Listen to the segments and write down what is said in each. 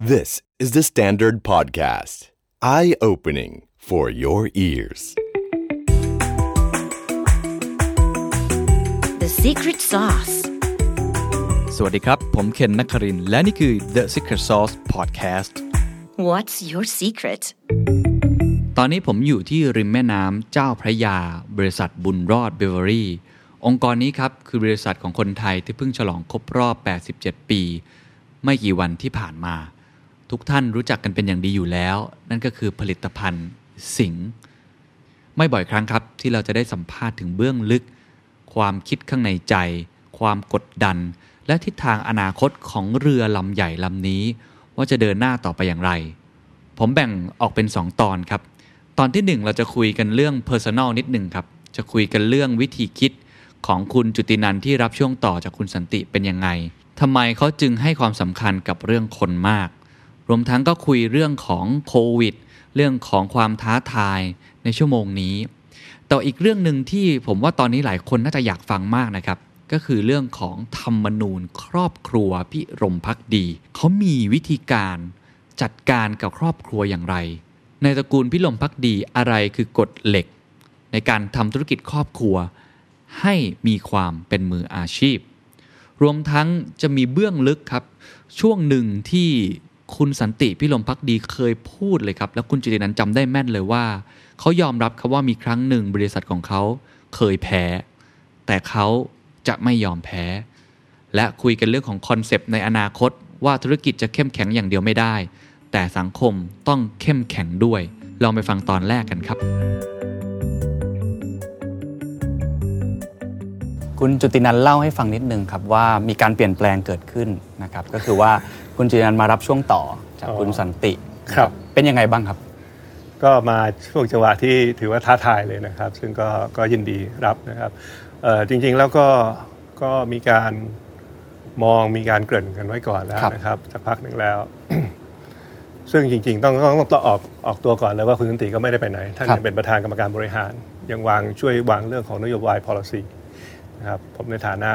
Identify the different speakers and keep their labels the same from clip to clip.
Speaker 1: This is the Standard Podcast. Eye opening for your ears.
Speaker 2: The secret sauce.
Speaker 3: สวัสดีครับ ผมเคนนักครินทร์และนี่คือ The Secret Sauce Podcast
Speaker 2: What's your secret?
Speaker 3: ตอนนี้ผมอยู่ที่ริมแม่น้ำเจ้าพระยา บริษัทบุญรอดเบเวอรี่ องค์กรนี้ครับ คือบริษัทของคนไทยที่เพิ่งฉลองครบรอบ 87 ปี ไม่กี่วันที่ผ่านมา ทุกท่านรู้จักกันเป็นอย่างดีอยู่แล้ว นั่นก็คือผลิตภัณฑ์สิงห์ ไม่บ่อยครั้งครับที่เราจะได้สัมภาษณ์ถึงเบื้องลึก ความคิดข้างในใจ ความกดดัน และทิศทางอนาคตของเรือลำใหญ่ลำนี้ ว่าจะเดินหน้าต่อไปอย่างไร ผมแบ่งออกเป็น 2 ตอนครับ ตอนที่ 1 เราจะคุยกันเรื่อง Personal นิดหนึ่งครับ จะคุยกันเรื่องวิธีคิดของคุณจุตินันท์ที่รับช่วงต่อจากคุณสันติเป็นยังไงทำไมเขาจึงให้ความสำคัญกับเรื่องคนมาก รวมทั้งก็คุยเรื่องของโควิด เรื่องของความท้าทายในชั่วโมงนี้ แต่อีกเรื่องหนึ่งที่ผมว่าตอนนี้หลายคนน่าจะอยากฟังมากนะครับ ก็คือเรื่องของธรรมนูญครอบครัวพิรมพักดี เขามีวิธีการจัดการกับครอบครัวอย่างไร ในตระกูลพิรมพักดีอะไรคือกฎเหล็ก ในการทำธุรกิจครอบครัว ให้มีความเป็นมืออาชีพ รวมทั้งจะมีเบื้องลึกครับ ช่วงหนึ่งที่คุณสันติพิลมพักดีเคยพูดเลยครับ แล้วคุณจิตินันท์จำได้แม่นเลยว่า เขายอมรับครับว่ามีครั้งหนึ่งบริษัทของเขาเคยแพ้ แต่เขาจะไม่ยอมแพ้ และคุยกันเรื่องของคอนเซปต์ในอนาคต ว่าธุรกิจจะเข้มแข็งอย่างเดียวไม่ได้ แต่สังคมต้องเข้มแข็งด้วย ลองไปฟังตอนแรกกันครับ
Speaker 4: คุณจุตินันท์เล่าให้ฟังนิดนึงครับว่ามีการเปลี่ยนแปลงเกิดขึ้นนะครับ ก็คือว่าคุณจุตินันท์มารับช่วงต่อจาก
Speaker 5: อ๋อ
Speaker 4: คุณสันติ
Speaker 5: ครับ
Speaker 4: เป็นยังไงบ้างครับ
Speaker 5: ก็มาช่วงจังหวะที่ถือว่าท้าทายเลยนะครับ ซึ่งก็ก็ยินดีรับนะครับเอ่อจริงๆแล้วก็ก็มีการมองมีการเกริ่นกันไว้ก่อนแล้ว
Speaker 4: ครับ
Speaker 5: นะครับสักพักหนึ่งแล้ว ซึ่งจริง ๆ ต้องต้องต้องออกออกตัวก่อนเลยว่าคุณสันติก็ไม่ได้ไปไหน ท่านยังเป็นประธานกรรมการบริหาร ยังวางช่วยวางเรื่องของนโยบาย policy นะครับผมในฐานะ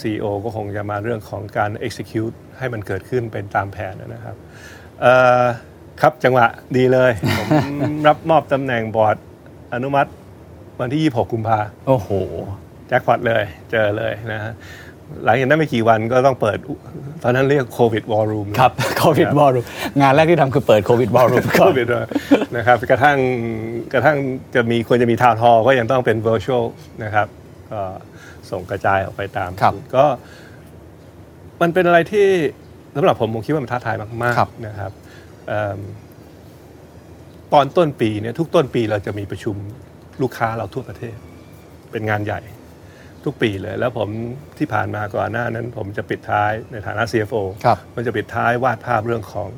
Speaker 5: CEO ก็คงจะมาเรื่องของการ execute ให้มันเกิดขึ้นเป็นตามแผนนะครับเอ่อครับจังหวะดีเลย ผมรับมอบตำแหน่งบอร์ดอนุมัติวันที่ 26 กุมภา
Speaker 4: โอ้โห
Speaker 5: แจ็คพอตเลยเจอเลยนะฮะหลังจากนั้นไม่กี่วันก็ต้องเปิด ตอนนั้นเรียกโควิดวอลลุ่ม
Speaker 4: ครับ โควิดบอลรูมงานแรกที่ทำคือเปิดโควิดบอลรูม
Speaker 5: โควิดด้วยนะครับกระทั่งกระทั่งจะมีควรจะมีทาวน์ฮอลก็ยังต้องเป็น virtual นะครับก็ส่งกระจายออกไปตาม
Speaker 4: ครับ
Speaker 5: ก็ มันเป็นอะไรที่สำหรับผมผมคิดว่ามันท้าทายมาก
Speaker 4: ครับ
Speaker 5: ๆนะครับเอิ่มตอนต้นปีเนี่ยทุกต้นปีเราจะมีประชุมลูกค้าเราทั่วประเทศ เป็นงานใหญ่ ทุกปีเลย แล้วผมที่ผ่านมาก่อนหน้านั้น ผมจะปิดท้ายในฐานะ CFO
Speaker 4: ครับ
Speaker 5: มันจะปิดท้ายวาดภาพเรื่องของ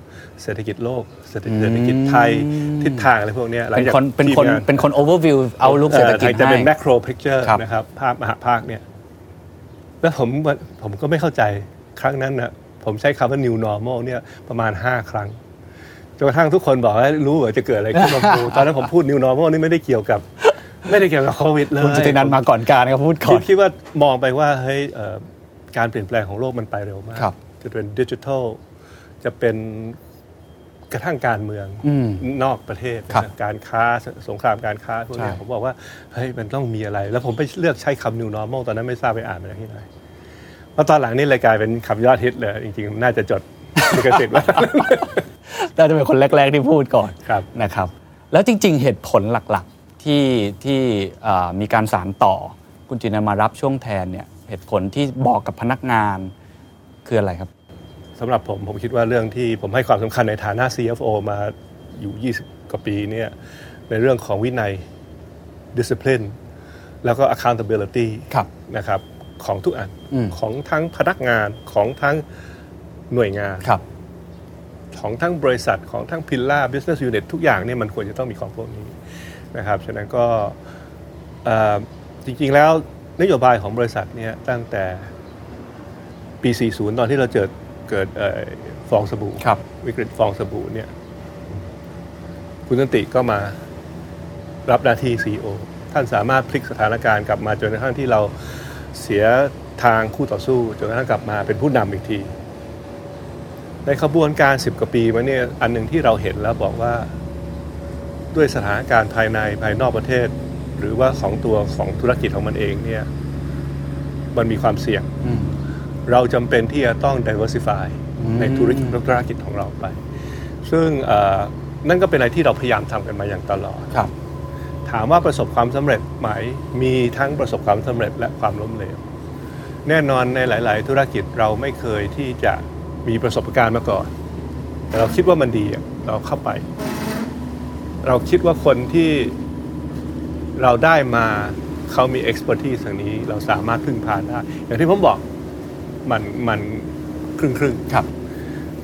Speaker 5: เศรษฐกิจโลก เศรษฐกิจเศรษฐกิจไทย
Speaker 4: อืม
Speaker 5: ทิศทางอะไรพวกเนี้ยหลัง
Speaker 4: เป็น
Speaker 5: จาก
Speaker 4: คนเป็นคน
Speaker 5: ทีมงา
Speaker 4: เป็นคนโอเวอร์วิวเอาลุกเศรษฐกิจ
Speaker 5: ไทยจะเป็นแม
Speaker 4: ให้
Speaker 5: กโรพิกเจอร์
Speaker 4: ครับ
Speaker 5: นะครับ ภาพมหาภาคเนี่ย แล้วผมผมก็ไม่เข้าใจครั้งนั้นนะผมใช้คำว่า new normal เนี่ยประมาณ 5 ครั้งจนกระทั่งทุกคนบอกว่ารู้เหรอจะเกิดอะไรขึ้นมาดู ตอนนั้นผมพูด new normal นี่ไม่ได้เกี่ยวกับ ไม่ได้เกี่ยวกับโควิดเลย
Speaker 4: คุณจุตินันท์มาก่อนการครับพูดก่
Speaker 5: คิ
Speaker 4: อ
Speaker 5: ด
Speaker 4: น
Speaker 5: คิดว่ามองไปว่าเฮ้ยเอ่อการเปลี่ยนแปลงของโลกมันไปเร็วมาก
Speaker 4: ครับ
Speaker 5: จะเป็นดิจิทัลจะเป็นกระทั่งการเมือง
Speaker 4: อืม
Speaker 5: นอกประเทศ
Speaker 4: ครับ
Speaker 5: นะการค้าสสงครามการค้าพวกเนี้ย
Speaker 4: ใช่
Speaker 5: ผมบอกว่าเฮ้ยมันต้องมีอะไร แล้วผมไปเลือกใช้คำ new normal ตอนนั้นไม่ทราบไปอ่านมาจากที่ไหนเพราะตอนหลังนี่เลยกลายเป็นคำยอดฮิตเลย จริงๆ น่าจะจดลิขสิทธิ์ไว่า
Speaker 4: น่าจะเป็นคนแรก ๆ ที่พูดก่อน
Speaker 5: ครับ
Speaker 4: นะครับ แล้วจริง ๆ เหตุผลหลักๆที่ที่เอ่อมีการสารต่อ คุณจินันท์มารับช่วงแทนเนี่ยเหตุผลที่บอกกับพนักงานคืออะไรครับ
Speaker 5: สำหรับผมผมคิดว่าเรื่องที่ผมให้ความสำคัญในฐานะ CFO มาอยู่ 20 กว่าปีเนี่ยในเรื่องของวินัย discipline แล้วก็ accountability
Speaker 4: ครับ
Speaker 5: นะครับของทุกอัน
Speaker 4: อืม
Speaker 5: ของทั้งพนักงานของทั้งหน่วยงาน
Speaker 4: ครับ
Speaker 5: ของทั้งบริษัทของทั้งพิลล่า business unit ทุกอย่างเนี่ยมันควรจะต้องมีของพวกนี้นะครับ ฉะนั้นก็เอ่อจริงๆแล้วนโยบายของบริษัทเนี่ยตั้งแต่ปี 40 ตอนที่เราเจอเกิดเอ่อฟองสบู่
Speaker 4: ครับ
Speaker 5: วิกฤตฟองสบู่เนี่ยคุณสันติก็มารับหน้าที่ CEO ท่านสามารถพลิกสถานการณ์กลับมาจนกระทั่งที่เราเสียทางคู่ต่อสู้จนกระทั่งกลับมาเป็นผู้นำอีกที ในขบวนการ 10 กว่าปีมาเนี่ยอันหนึ่งที่เราเห็นแล้วบอกว่าด้วยสถานการณ์ภายในภายนอกประเทศ หรือว่าของตัวของธุรกิจของมันเองเนี่ยมันมีความเสี่ยง
Speaker 4: อืม
Speaker 5: เราจำเป็นที่จะต้อง diversify
Speaker 4: อืม
Speaker 5: ในธุรกิจธุรกิจของเราไป ซึ่งเอ่อนั่นก็เป็นอะไรที่เราพยายามทำกันมาอย่างตลอด
Speaker 4: ครับ
Speaker 5: ถามว่าประสบความสำเร็จไหม มีทั้งประสบความสำเร็จและความล้มเหลว แน่นอนในหลาย ๆ ธุรกิจเราไม่เคยที่จะมีประสบการณ์มาก่อน แต่เราคิดว่ามันดีอะเราเข้าไป เราคิดว่าคนที่เราได้มาเขามี expertise ทางนี้ เราสามารถพึ่งพาได้ อย่างที่ผมบอกมันมันครึ่งครึ่งๆ
Speaker 4: ครับ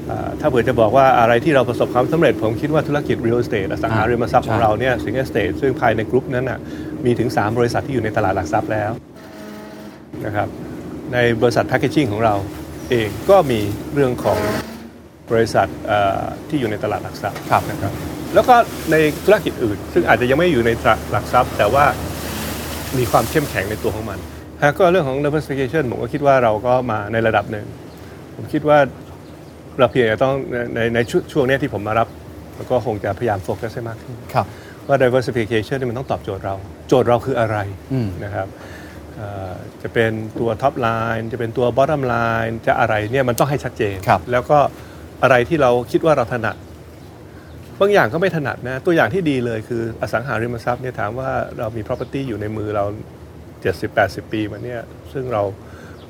Speaker 5: อ่าถ้าเผื่อจะบอกว่าอะไรที่เราประสบความสำเร็จ ผมคิดว่าธุรกิจ real estate อสังหาริมทรัพย์ของเรา ของเราเนี่ยสิงห์เอสเตทซึ่งภายในกรุ๊ปนั้นน่ะมีถึง 3 บริษัทที่อยู่ในตลาดหลักทรัพย์แล้วนะครับในบริษัทแพคเกจิ้งของเราเองก็มีเรื่องของบริษัทเอ่อที่อยู่ในตลาดหลักทรัพย์
Speaker 4: ครับ
Speaker 5: นะครับแล้วก็ในธุรกิจอื่น ซึ่งอาจจะยังไม่อยู่ในตลาดหลักทรัพย์ แต่ว่ามีความเข้มแข็งในตัวของมันฮะก็เรื่องของ diversification ผมก็คิดว่าเราก็มาในระดับหนึ่ง ผมคิดว่าเราเพียงแต่ต้องในในในช่วงช่วงเนี้ยที่ผมมารับแล้วก็คงจะพยายามโฟกัสให้มากขึ้น
Speaker 4: ครับ
Speaker 5: ว่า diversification นี่มันต้องตอบโจทย์เรา โจทย์เราคืออะไร
Speaker 4: อืม
Speaker 5: นะครับเอ่อจะเป็นตัว top line จะเป็นตัว bottom line จะอะไรเนี่ยมันต้องให้ชัดเจน
Speaker 4: ครับ
Speaker 5: แล้วก็อะไรที่เราคิดว่าเราถนัด บางอย่างก็ไม่ถนัดนะ ตัวอย่างที่ดีเลยคืออสังหาริมทรัพย์เนี่ยถามว่าเรามี property อยู่ในมือเรา 70-80 ปีมาเนี่ยซึ่งเรา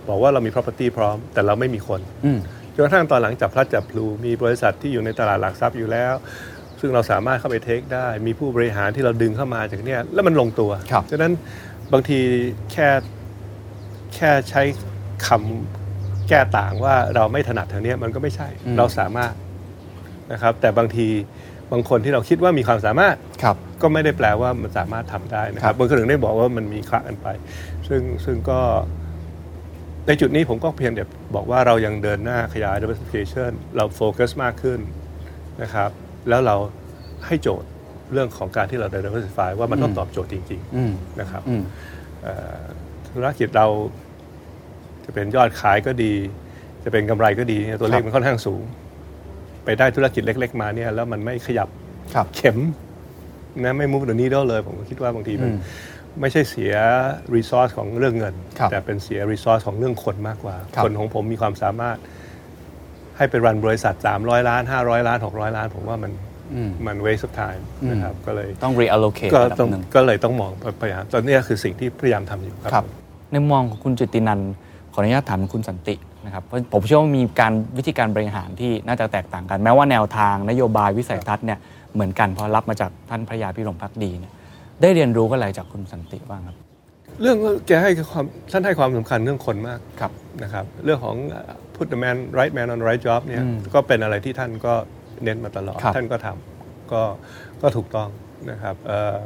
Speaker 5: บอกว่าเรามี property พร้อม แต่เราไม่มีคน
Speaker 4: อืม
Speaker 5: จนกระทั่งตอนหลังจับพลัดจับพลูมีบริษัทที่อยู่ในตลาดหลักทรัพย์อยู่แล้ว ซึ่งเราสามารถเข้าไปเทคได้ มีผู้บริหารที่เราดึงเข้ามาจากเนี่ยแล้วมันลงตัว
Speaker 4: ครับ
Speaker 5: ฉะนั้นบางทีแค่แค่ใช้คำแก้ต่างว่าเราไม่ถนัดทางเนี้ยมันก็ไม่ใช่เราสามารถนะครับ แต่บางทีบางคนที่เราคิดว่ามีความสามารถ
Speaker 4: ครับ
Speaker 5: ก็ไม่ได้แปลว่ามันสามารถทำได้นะค
Speaker 4: ครั
Speaker 5: รับบ บางคนถึงได้บอกว่ามันมีคละกันไป ซึ่งซึ่งก็ในจุดนี้ผมก็เพียงแต่บอกว่าเรายังเดินหน้าขยาย diversification เราโฟกัสมากขึ้นนะครับ แล้วเราให้โจทย์เรื่องของการที่เรา diversify ว่ามันต้องตอบโจทย์จริง
Speaker 4: อืม
Speaker 5: ๆ นะครับ
Speaker 4: อืม
Speaker 5: เอ่อธุรกิจเราจะเป็นยอดขายก็ดี จะเป็นกำไรก็ดีเนี่ยตัว
Speaker 4: ค
Speaker 5: เล
Speaker 4: รั
Speaker 5: ข
Speaker 4: บ
Speaker 5: มันค่อนข้างสูง ไปได้ธุรกิจเล็ก ๆ มาเนี่ยแล้วมันไม่ขยับ
Speaker 4: ครับ
Speaker 5: เข็มนะไม่ move the needle เลย ผมก็คิดว่าบางทีมัน
Speaker 4: อืม
Speaker 5: ไม่ใช่เสีย resource ของเรื่องเงิน
Speaker 4: ครับ
Speaker 5: แต่เป็นเสีย resource ของเรื่องคนมากกว่า
Speaker 4: ครับ
Speaker 5: คนของผมมีความสามารถ ให้ไปรันบริษัท 300 ล้าน 500 ล้าน 600 ล้าน ผมว่ามัน
Speaker 4: อืม
Speaker 5: มัน waste of time
Speaker 4: อืม
Speaker 5: นะครับก็เลย
Speaker 4: ต้อง reallocate
Speaker 5: ก็
Speaker 4: ระดับ
Speaker 5: ต้อง
Speaker 4: หนึ่ง
Speaker 5: ก็เลยต้องมองพยายามตอนเนี้ยคือสิ่งที่พยายามทำอยู่
Speaker 4: ครับ ในมุมมองของคุณจิตตินันท์ขออนุญาตถามคุณสันตินะครับเพราะผมเชื่อว่ามีการวิธีการบริหารที่น่าจะแตกต่างกัน แม้ว่าแนวทางนโยบายวิสัยทัศน์เนี่ยเหมือนกันเพราะรับมาจากท่านพระยาพิรมพักดีเนี่ยได้เรียนรู้อะไรจากคุณสันติบ้างครับ
Speaker 5: เรื่องแกให้ความท่านให้ความสำคัญเรื่องคนมาก
Speaker 4: ครับ
Speaker 5: นะครับเรื่องของ put the man right man on the right job เนี่ย
Speaker 4: อืม
Speaker 5: ก็เป็นอะไรที่ท่านก็เน้นมาตลอด
Speaker 4: ครับ
Speaker 5: ท่านก็ทำก็ก็ถูกต้องนะครับเอ่อ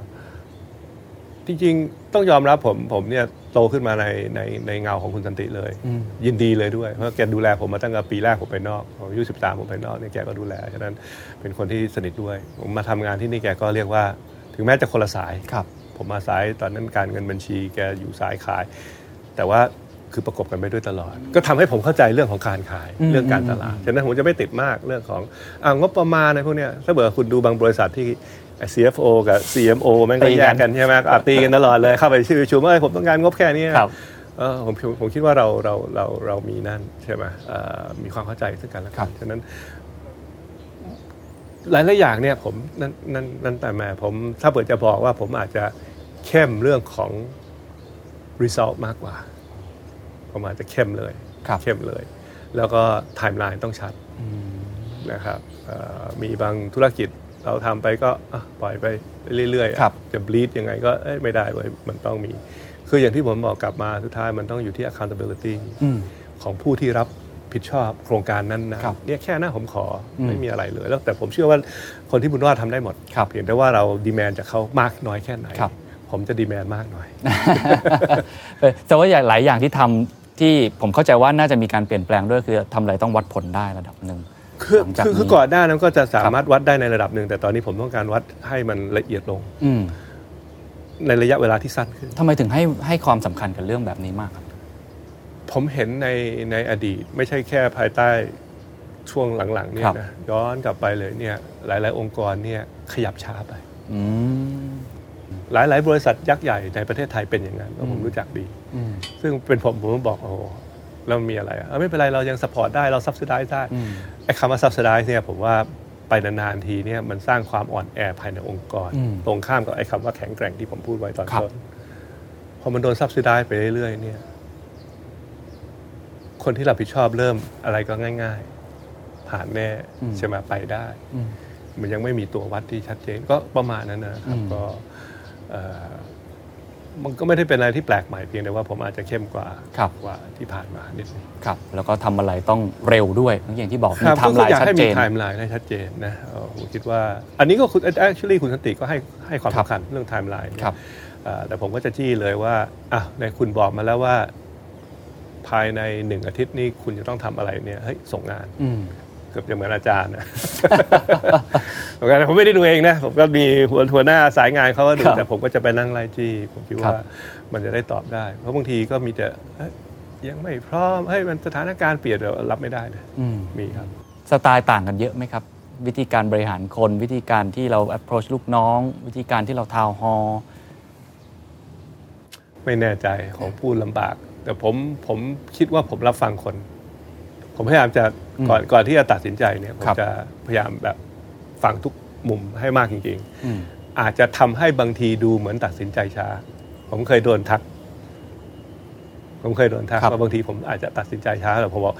Speaker 5: จริงๆ ต้องยอมรับผมผมเนี่ยโตขึ้นมาในในในเงาของคุณสันติเลย
Speaker 4: อืม
Speaker 5: ยินดีเลยด้วย เพราะแกดูแลผมมาตั้งแต่ปีแรกผมไปนอกผมอายุสิบสามผมไปนอกเนี่ยแกก็ดูแลฉะนั้นเป็นคนที่สนิทด้วย ผมมาทำงานที่นี่แกก็เรียกว่า ถึงแม้จะคนละสาย
Speaker 4: ครับ
Speaker 5: ผมมาสายตอนนั้นการเงินบัญชีแกอยู่สายขาย แต่ว่าคือประกบกันไปด้วยตลอด ก็ทำให้ผมเข้าใจเรื่องของการขาย
Speaker 4: อืม
Speaker 5: เรื่องการตลาดฉะนั้นผมจะไม่ติดมากเรื่องของอ่างบประมาณอะไรพวกเนี้ยถ้าเบื่อคุณดูบางบริษัทที่ CFO กับ CMO แม่งก็
Speaker 4: ตีกัน
Speaker 5: แยกกันใช่ไหมอ่ะตีกันตลอดเลยเข้าไปชื่อประชุมว่าเอ้ยผมต้องการงบแค่นี้
Speaker 4: ครับ
Speaker 5: เออผมผมผมคิดว่าเราเราเราเรามีนั่นใช่ไหมเอ่อมีความเข้าใจซึ่งกันและกันฉะนั้น หลายหลายๆอย่างเนี่ยผมนั่นนั่นนั่นแต่มาผมถ้าเปิดจะบอกว่าผมอาจจะเข้มเรื่องของ result มากกว่า ผมอาจจะเข้มเลย
Speaker 4: ครับ
Speaker 5: เข้มเลย แล้วก็ timeline ต้องชัดนะครับเอ่อมีบางธุรกิจเราทำไปก็อ่ะปล่อยไปเรื่อยๆ
Speaker 4: ครับ
Speaker 5: จะ bleed ยังไงก็เอ้ยไม่ได้เว้ยมันต้องมี คืออย่างที่ผมบอกกลับมาสุดท้ายมันต้องอยู่ที่ accountability
Speaker 4: อืม
Speaker 5: ของผู้ที่รับผิดชอบโครงการนั้นนะครับ เนี่ยแค่หน้าผมขออ
Speaker 4: ม
Speaker 5: ไม่มีอะไรเลยแล้วแต่ผมเชื่อว่าคนที่บุญรอดทำได้หมด
Speaker 4: ครับ
Speaker 5: เพียงแต่ว่าเราดีแมนจากเขามากน้อยแค่ไหน
Speaker 4: ครับ
Speaker 5: ผมจะดีแมนมากหน่อย
Speaker 4: เออแต่ว่าอย่างหลายอย่างที่ทำที่ผมเข้าใจว่าน่าจะมีการเปลี่ยนแปลงด้วยคือทำอะไรต้องวัดผลได้ระดับหนึ่ง
Speaker 5: คือ
Speaker 4: หลังจาก
Speaker 5: คือคือ
Speaker 4: นี้
Speaker 5: ก่อนหน้านั้นก็จะสา
Speaker 4: ครับ
Speaker 5: มารถวัดได้ในระดับหนึ่ง แต่ตอนนี้ผมต้องการวัดให้มันละเอียดลง
Speaker 4: อืม
Speaker 5: ในระยะเวลาที่สั้นขึ้น
Speaker 4: ทำไมถึงให้ให้ความสำคัญกับเรื่องแบบนี้มากครับ
Speaker 5: ผมเห็นในในอดีต ไม่ใช่แค่ภายใต้ ช่วงหลังๆเนี่ยนะย้อนกลับไปเลยเนี่ยหลาย ๆ องค์กรเนี่ยขยับช้าไป
Speaker 4: อืม
Speaker 5: หลาย ๆ บริษัทยักษ์ใหญ่ในประเทศไทยเป็นอย่างนั้นแล้วผม
Speaker 4: อืม
Speaker 5: รู้จักดี
Speaker 4: อืม
Speaker 5: ซึ่งเป็นผมผมก็บอกโอ้โหแล้วมีอะไรอะเอาไม่เป็นไรเรายังสปอร์ตได้เราซับซิได้ได้
Speaker 4: อืม
Speaker 5: ไอ้คำว่าซับซิได้เนี่ยผมว่าไปนานๆทีเนี่ยมันสร้างความอ่อนแอภายในองค์กร
Speaker 4: อืม
Speaker 5: ตรงข้ามกับไอ้คำว่าแข็งแกร่งที่ผมพูดไว้ตอน
Speaker 4: ครับ
Speaker 5: ต้นพอมันโดนซับซิได้ไปเรื่อยๆเนี่ย คนที่รับผิดชอบเริ่มอะไรก็ง่าย ๆ ผ่านแน่ใช่ไหมไปได้
Speaker 4: อืม
Speaker 5: มันยังไม่มีตัววัดที่ชัดเจนก็ประมาณนั้นนะครับ
Speaker 4: อืม
Speaker 5: ก็เอ่อมันก็ไม่ได้เป็นอะไรที่แปลกใหม่เพียงแต่ว่าผมอาจจะเข้มกว่า
Speaker 4: ครับ
Speaker 5: กว่าที่ผ่านมานิดนึง
Speaker 4: ครับ แล้วก็ทำอะไรต้องเร็วด้วยอย่างที่บอกมี
Speaker 5: ครับ
Speaker 4: ไท
Speaker 5: ก็
Speaker 4: ม์
Speaker 5: คื
Speaker 4: ไล
Speaker 5: ออ
Speaker 4: น์
Speaker 5: ยาก
Speaker 4: ชัด
Speaker 5: ให้
Speaker 4: เจ
Speaker 5: มี
Speaker 4: น
Speaker 5: ไทม์ไลน์ให้ชัดเจนนะเอ่อผมคิดว่า อันนี้ก็คุณ actually คุณสันติก็ให้ให้ความ
Speaker 4: ครับ
Speaker 5: สำคัญเรื่องไทม์ไลน์เนี่ย
Speaker 4: ครับ
Speaker 5: เอ่อแต่ผมก็จะจี้เลยว่าอ่ะในคุณบอกมาแล้วว่า ภายในหนึ่งอาทิตย์นี้คุณจะต้องทำอะไรเนี่ยเฮ้ยส่งงาน
Speaker 4: อืม
Speaker 5: เกือบจะเหมือนอาจารย์นะ เหมือนกันผมไม่ได้ดูเองนะ ผมก็มีหัวหัวหน้าสายงานเขาก็ดู
Speaker 4: ครับ
Speaker 5: แต่ผมก็จะไปนั่งไล่จี้ ผมคิด
Speaker 4: ครั
Speaker 5: ว่า
Speaker 4: บ
Speaker 5: มันจะได้ตอบได้ เพราะบางทีก็มีแต่เอ้ยยังไม่พร้อมเฮ้ยมันสถานการณ์เปลี่ยนเดี๋ยวรับไม่ได้เลย
Speaker 4: อืม
Speaker 5: มีครับ
Speaker 4: สไตล์ต่างกันเยอะไหมครับ วิธีการบริหารคน วิธีการที่เรา approach ลูกน้อง วิธีการที่เราทาวฮอ
Speaker 5: ไม่แน่ใจของพูดลำบาก แต่ผมผมคิดว่าผมรับฟังคน ผมพยายามจะก่อนก่อนที่จะตัดสินใจเนี่ยผมจะพยายามแบบฟังทุกมุมให้มากจริง ๆ
Speaker 4: อืม
Speaker 5: อาจจะทำให้บางทีดูเหมือนตัดสินใจช้า ผมเคยโดนทัก ผมเคยโดนทัก
Speaker 4: ครับ
Speaker 5: ว่าบางทีผมอาจจะตัดสินใจช้าแต่ผมบอก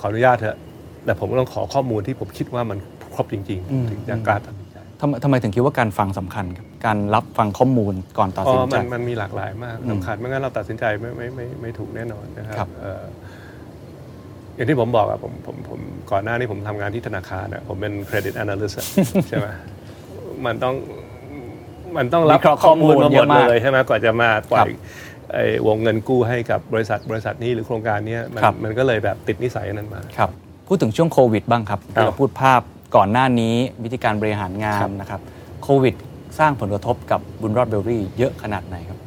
Speaker 5: ขออนุญาตเถอะ แต่ผมก็ต้องขอข้อมูลที่ผมคิดว่ามันครบจริง ๆ ถึงจะกล้าตัดสินใจ
Speaker 4: ทำทำไมถึงคิดว่าการฟังสำคัญครับ การรับฟังข้อมูลก่อนตัด
Speaker 5: อ๋
Speaker 4: สิน
Speaker 5: อ
Speaker 4: ใจ
Speaker 5: มันมันมีหลากหลายมาก
Speaker 4: อืม
Speaker 5: สำคัญไม่งั้นเราตัดสินใจไม่ไม่ไม่ไม่ถูกแน่นอนนะครั
Speaker 4: ครับ
Speaker 5: เอ่ออย่างที่ผมบอกอะผมผมผมก่อนหน้านี้ผมทำงานที่ธนาคารอะผมเป็น credit analyst อะ ใช่ไหมมันต้องมันต้องรับ
Speaker 4: วิเคราะห์ข้อมูล
Speaker 5: มาห
Speaker 4: เย
Speaker 5: มด
Speaker 4: อะมาก
Speaker 5: เลย ใช่ไหมกว่าจะมาปล่อยไอ้วงเงินกู้ให้กับบริษัทบริษัทนี้หรือโครงการเนี้ยมัน
Speaker 4: ครับ
Speaker 5: มันก็เลยแบบติดนิสัยอันนั้นมา
Speaker 4: ครับ พูดถึงช่วงโควิดบ้างครับ
Speaker 5: ครับ
Speaker 4: เราพูดภาพก่อนหน้านี้วิธีการบริหารงา
Speaker 5: ครั
Speaker 4: น
Speaker 5: บ
Speaker 4: นะครับ โควิดสร้างผลกระทบกับบุญรอดเบลรี่เยอะขนาดไหนครับ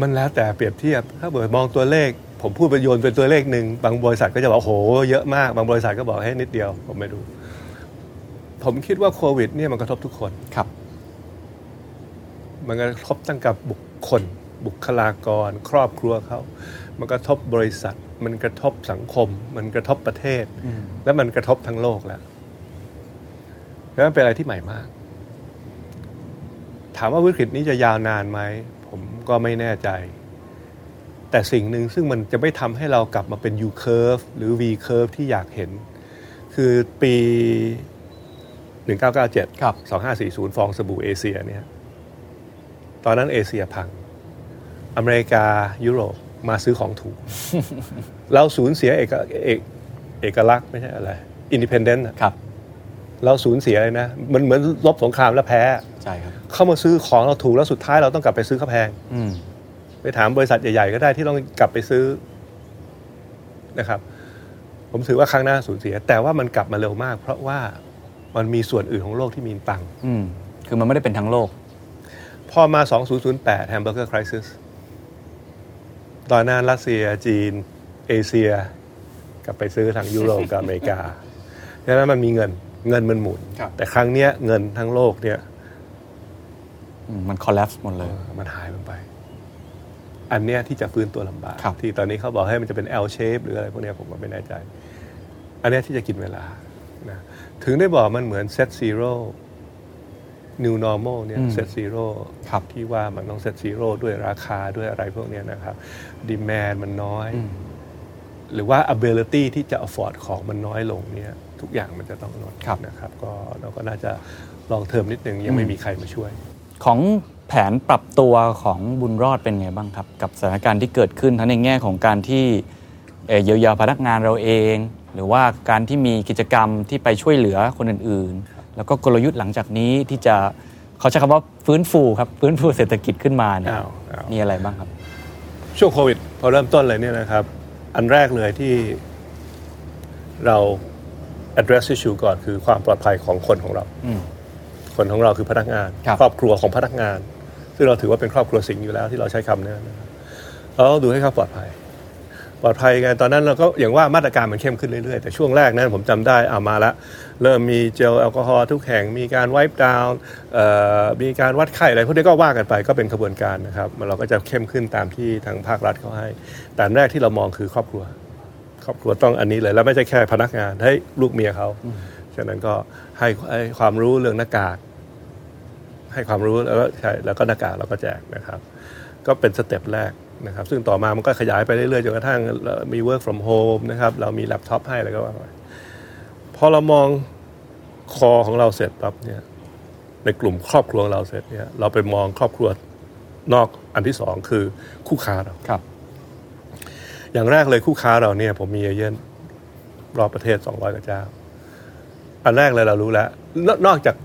Speaker 5: มันแล้วแต่เปรียบเทียบ ถ้าเบิดมองตัวเลข ผมพูดประโยชน์เป็นตัวเลขหนึ่งบางบริษัทก็จะบอกโอ้โหเยอะมาก บางบริษัทก็บอกให้นิดเดียว ผมไม่ดูผมคิดว่าโควิดเนี่ยมันกระทบทุกคน
Speaker 4: ครับ
Speaker 5: มันกระทบตั้งกับบุคคล บุคลากร ครอบครัวเขา มันกระทบบริษัท มันกระทบสังคม มันกระทบประเทศ และมันกระทบทั้งโลกแล้วแล้วมันเป็นอะไรที่ใหม่มาก ถามว่าวิกฤตนี้จะยาวนานไหม ผมก็ไม่แน่ใจ แต่สิ่งหนึ่งซึ่งมันจะไม่ทำให้เรากลับมาเป็น U curve หรือ V curve ที่อยากเห็น คือปี 1997
Speaker 4: ครับ
Speaker 5: 2540 ฟองสบู่เอเชียเนี่ย ตอนนั้นเอเชียพัง อเมริกายุโรปมาซื้อของถูก เราสูญเสียเอกเอกเอกลักษณ์ไม่ใช่อะไรอินดิเพนเดนต์
Speaker 4: ครับ
Speaker 5: เราสูญเสียเลยนะ มันเหมือนรบสงครามแล้วแพ้
Speaker 4: ใช่ครับ
Speaker 5: เข้ามาซื้อของเราถูก แล้วสุดท้ายเราต้องกลับไปซื้อข้าวแพง
Speaker 4: อืม
Speaker 5: ไปถามบริษัทใหญ่ๆก็ได้ที่ต้องกลับไปซื้อนะครับ ผมถือว่าครั้งหน้าสูญเสีย แต่ว่ามันกลับมาเร็วมาก เพราะว่ามันมีส่วนอื่นของโลกที่มีตังค์
Speaker 4: อืม คือมันไม่ได้เป็นทั้งโลก
Speaker 5: พอมา 2008 Hamburger Crisis ตอนนั้นรัสเซียจีน เอเชีย กลับไปซื้อทางยุโรปกับอเมริกา ดังนั้นมันมีเงินเงินมันหมุน
Speaker 4: ครับ
Speaker 5: แต่ครั้งเนี้ยเงินทั้งโลกเนี่ย
Speaker 4: อืมมัน collapse หมดเลย
Speaker 5: มันหายลงไป อันเนี้ยที่จะฟื้นตัวลำบาก
Speaker 4: ครับ
Speaker 5: ที่ตอนนี้เขาบอกให้มันจะเป็น L shape หรืออะไรพวกเนี้ยผมก็ไม่แน่ใจ อันเนี้ยที่จะกินเวลานะถึงได้บอกมันเหมือน set zero new normal เนี่ย
Speaker 4: อืม
Speaker 5: set zero
Speaker 4: ครับ
Speaker 5: ที่ว่ามันต้อง set zero ด้วยราคาด้วยอะไรพวกเนี้ยนะครับ demand มันน้อย
Speaker 4: อืม
Speaker 5: หรือว่า ability ที่จะ afford ของมันน้อยลงเนี่ยทุกอย่างมันจะต้องลด
Speaker 4: ครับ
Speaker 5: นะครับ ก็เราก็น่าจะลองเทอมนิดนึงยังไม่มีใครมาช่วย
Speaker 4: ของแผนปรับตัวของบุญรอดเป็นไงบ้างครับ กับสถานการณ์ที่เกิดขึ้นทั้งในแง่ของการที่เอ่อเยียวยาพนักงานเราเอง หรือว่าการที่มีกิจกรรมที่ไปช่วยเหลือคนอื่นๆ แล้วก็กลยุทธ์หลังจากนี้ที่จะเขาใช้คำว่าฟื้นฟูครับฟื้นฟูเศรษฐกิจขึ้นมาเนี่ย
Speaker 5: อ้าวอ้าว
Speaker 4: มีอะไรบ้างครับ
Speaker 5: ช่วงโควิดพอเริ่มต้นเลยเนี่ยนะครับ อันแรกเลยที่เรา address issue ก่อนคือความปลอดภัยของคนของเรา
Speaker 4: อืม
Speaker 5: คนของเราคือพนักงาน
Speaker 4: ครับ
Speaker 5: ครอบครัวของพนักงาน ซึ่งเราถือว่าเป็นครอบครัวสิงห์อยู่แล้วที่เราใช้คำเนี้ยนะครับเราต้องดูให้เขาปลอดภัย ปลอดภัยกันตอนนั้นเราก็อย่างว่ามาตรการมันเข้มขึ้นเรื่อยๆ แต่ช่วงแรกนั้นผมจำได้เอามาละเริ่มมีเจลแอลกอฮอล์ทุกแห่งมีการไวป์ดาวน์มีการวัดไข้อะไรพวกนี้ก็ว่ากันไปก็เป็นขบวนการนะครับมันเราก็จะเข้มขึ้นตามที่ทางภาครัฐเขาให้แต่อันแรกที่เรามองคือครอบครัว ครอบครัวต้องอันนี้เลยแล้วไม่ใช่แค่พนักงานให้ลูกเมียเขาฉะนั้นก็ให้ให้ความรู้เรื่องหน้ากาก ให้ความรู้แล้วก็ใช่แล้วก็หน้ากากเราก็แจกนะครับ ก็เป็นสเต็ปแรกนะครับ ซึ่งต่อมามันก็ขยายไปเรื่อยๆจนกระทั่งเรามี work from home นะครับ เรามีแล็ปท็อปให้อะไรก็ว่าไปพอเรามองคอของเราเสร็จปั๊บเนี่ยในกลุ่มครอบครัวของเราเสร็จเนี่ยเราไปมองครอบครัวนอกอันที่สองคือคู่ค้าเรา
Speaker 4: ครับ
Speaker 5: อย่างแรกเลยคู่ค้าเราเนี่ยผมมีเอเย่นต์รอบประเทศ 200 กว่าเจ้า อันแรกเลยเรารู้แล้วนนอกจาก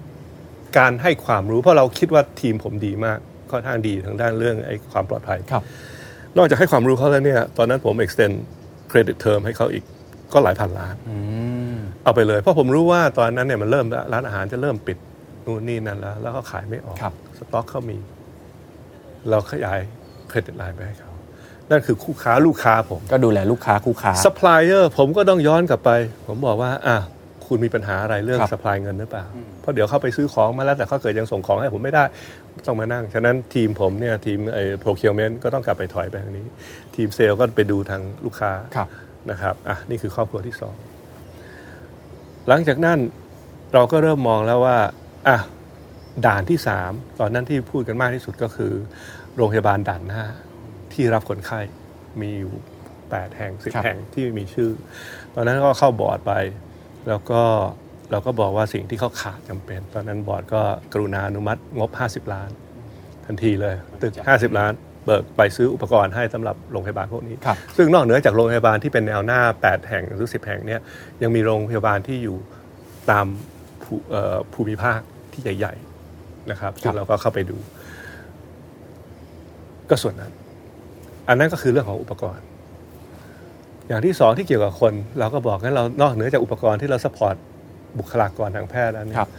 Speaker 5: การให้ความรู้ เพราะเราคิดว่าทีมผมดีมากค่อนข้างดีทางด้านเรื่องไอ้ความปลอดภัย
Speaker 4: ครับ
Speaker 5: นอกจากให้ความรู้เขาแล้วเนี่ยตอนนั้นผม extend credit term ให้เขาอีกก็หลายพันล้าน
Speaker 4: อืม
Speaker 5: เอาไปเลย เพราะผมรู้ว่าตอนนั้นเนี่ยมันเริ่มแล้วร้านอาหารจะเริ่มปิดนู่นนี่นั่นแล้ว แล้วก็ขายไม่ออก
Speaker 4: ครับ
Speaker 5: สต็อกเขามี เราขยายเครดิตไลน์ไปให้เขานั่นคือคู่ค้าลูกค้าผม
Speaker 4: ก็ดูแลลูกค้าคู่ค้า
Speaker 5: ซัพพลายเออร์ผมก็ต้องย้อนกลับไป ผมบอกว่า อ่ะคุณมีปัญหาอะไรเรื่อง
Speaker 4: ครับ
Speaker 5: ซัพพลายเงินหรือเปล่า เพราะเดี๋ยวเขาไปซื้อของมาแล้วแต่เขาเกิดยังส่งของให้ผมไม่ได้ ต้องมานั่ง ฉะนั้นทีมผมเนี่ยทีมไอ้โปรเคียวเมนก็ต้องกลับไปถอยไปทางนี้ ทีมเซลก็ไปดูทางลูกค้า
Speaker 4: ครับ
Speaker 5: นะครับอ่ะนี่คือครอบครัวที่สองหลังจากนั้นเราก็เริ่มมองแล้วว่าอ่ะด่านที่สามตอนนั้นที่พูดกันมากที่สุดก็คือ โรงพยาบาลด่านหน้า ที่รับคนไข้มีอยู่ 8 แห่ง
Speaker 4: ครับ
Speaker 5: 10 แห่งที่มีชื่อ ตอนนั้นก็เข้าบอร์ดไป แล้วก็เราก็บอกว่าสิ่งที่เขาขาดจำเป็น ตอนนั้นบอร์ดก็กรุณาอนุมัติงบ 50 ล้าน ทันทีเลยตึก 50 ล้าน เบิกไปซื้ออุปกรณ์ให้สำหรับโรงพยาบาลพวกนี้
Speaker 4: ครับ
Speaker 5: ซึ่งนอกเหนือจากโรงพยาบาลที่เป็นแนวหน้า 8 แห่งหรือ 10 แห่งเนี่ยยังมีโรงพยาบาลที่อยู่ตามภูเอ่อภูมิภาคที่ใหญ่ๆนะครับซึ่งเราก็เข้าไปดู ก็ส่วนนั้น อันนั้นก็คือเรื่องของอุปกรณ์ อย่างที่สองที่เกี่ยวกับคน เราก็บอกงั้นเรานอกเหนือจากอุปกรณ์ที่เราสปอร์ตบุคลากรทางแพทย์แล้วเนี่
Speaker 4: ครั
Speaker 5: ย
Speaker 4: บ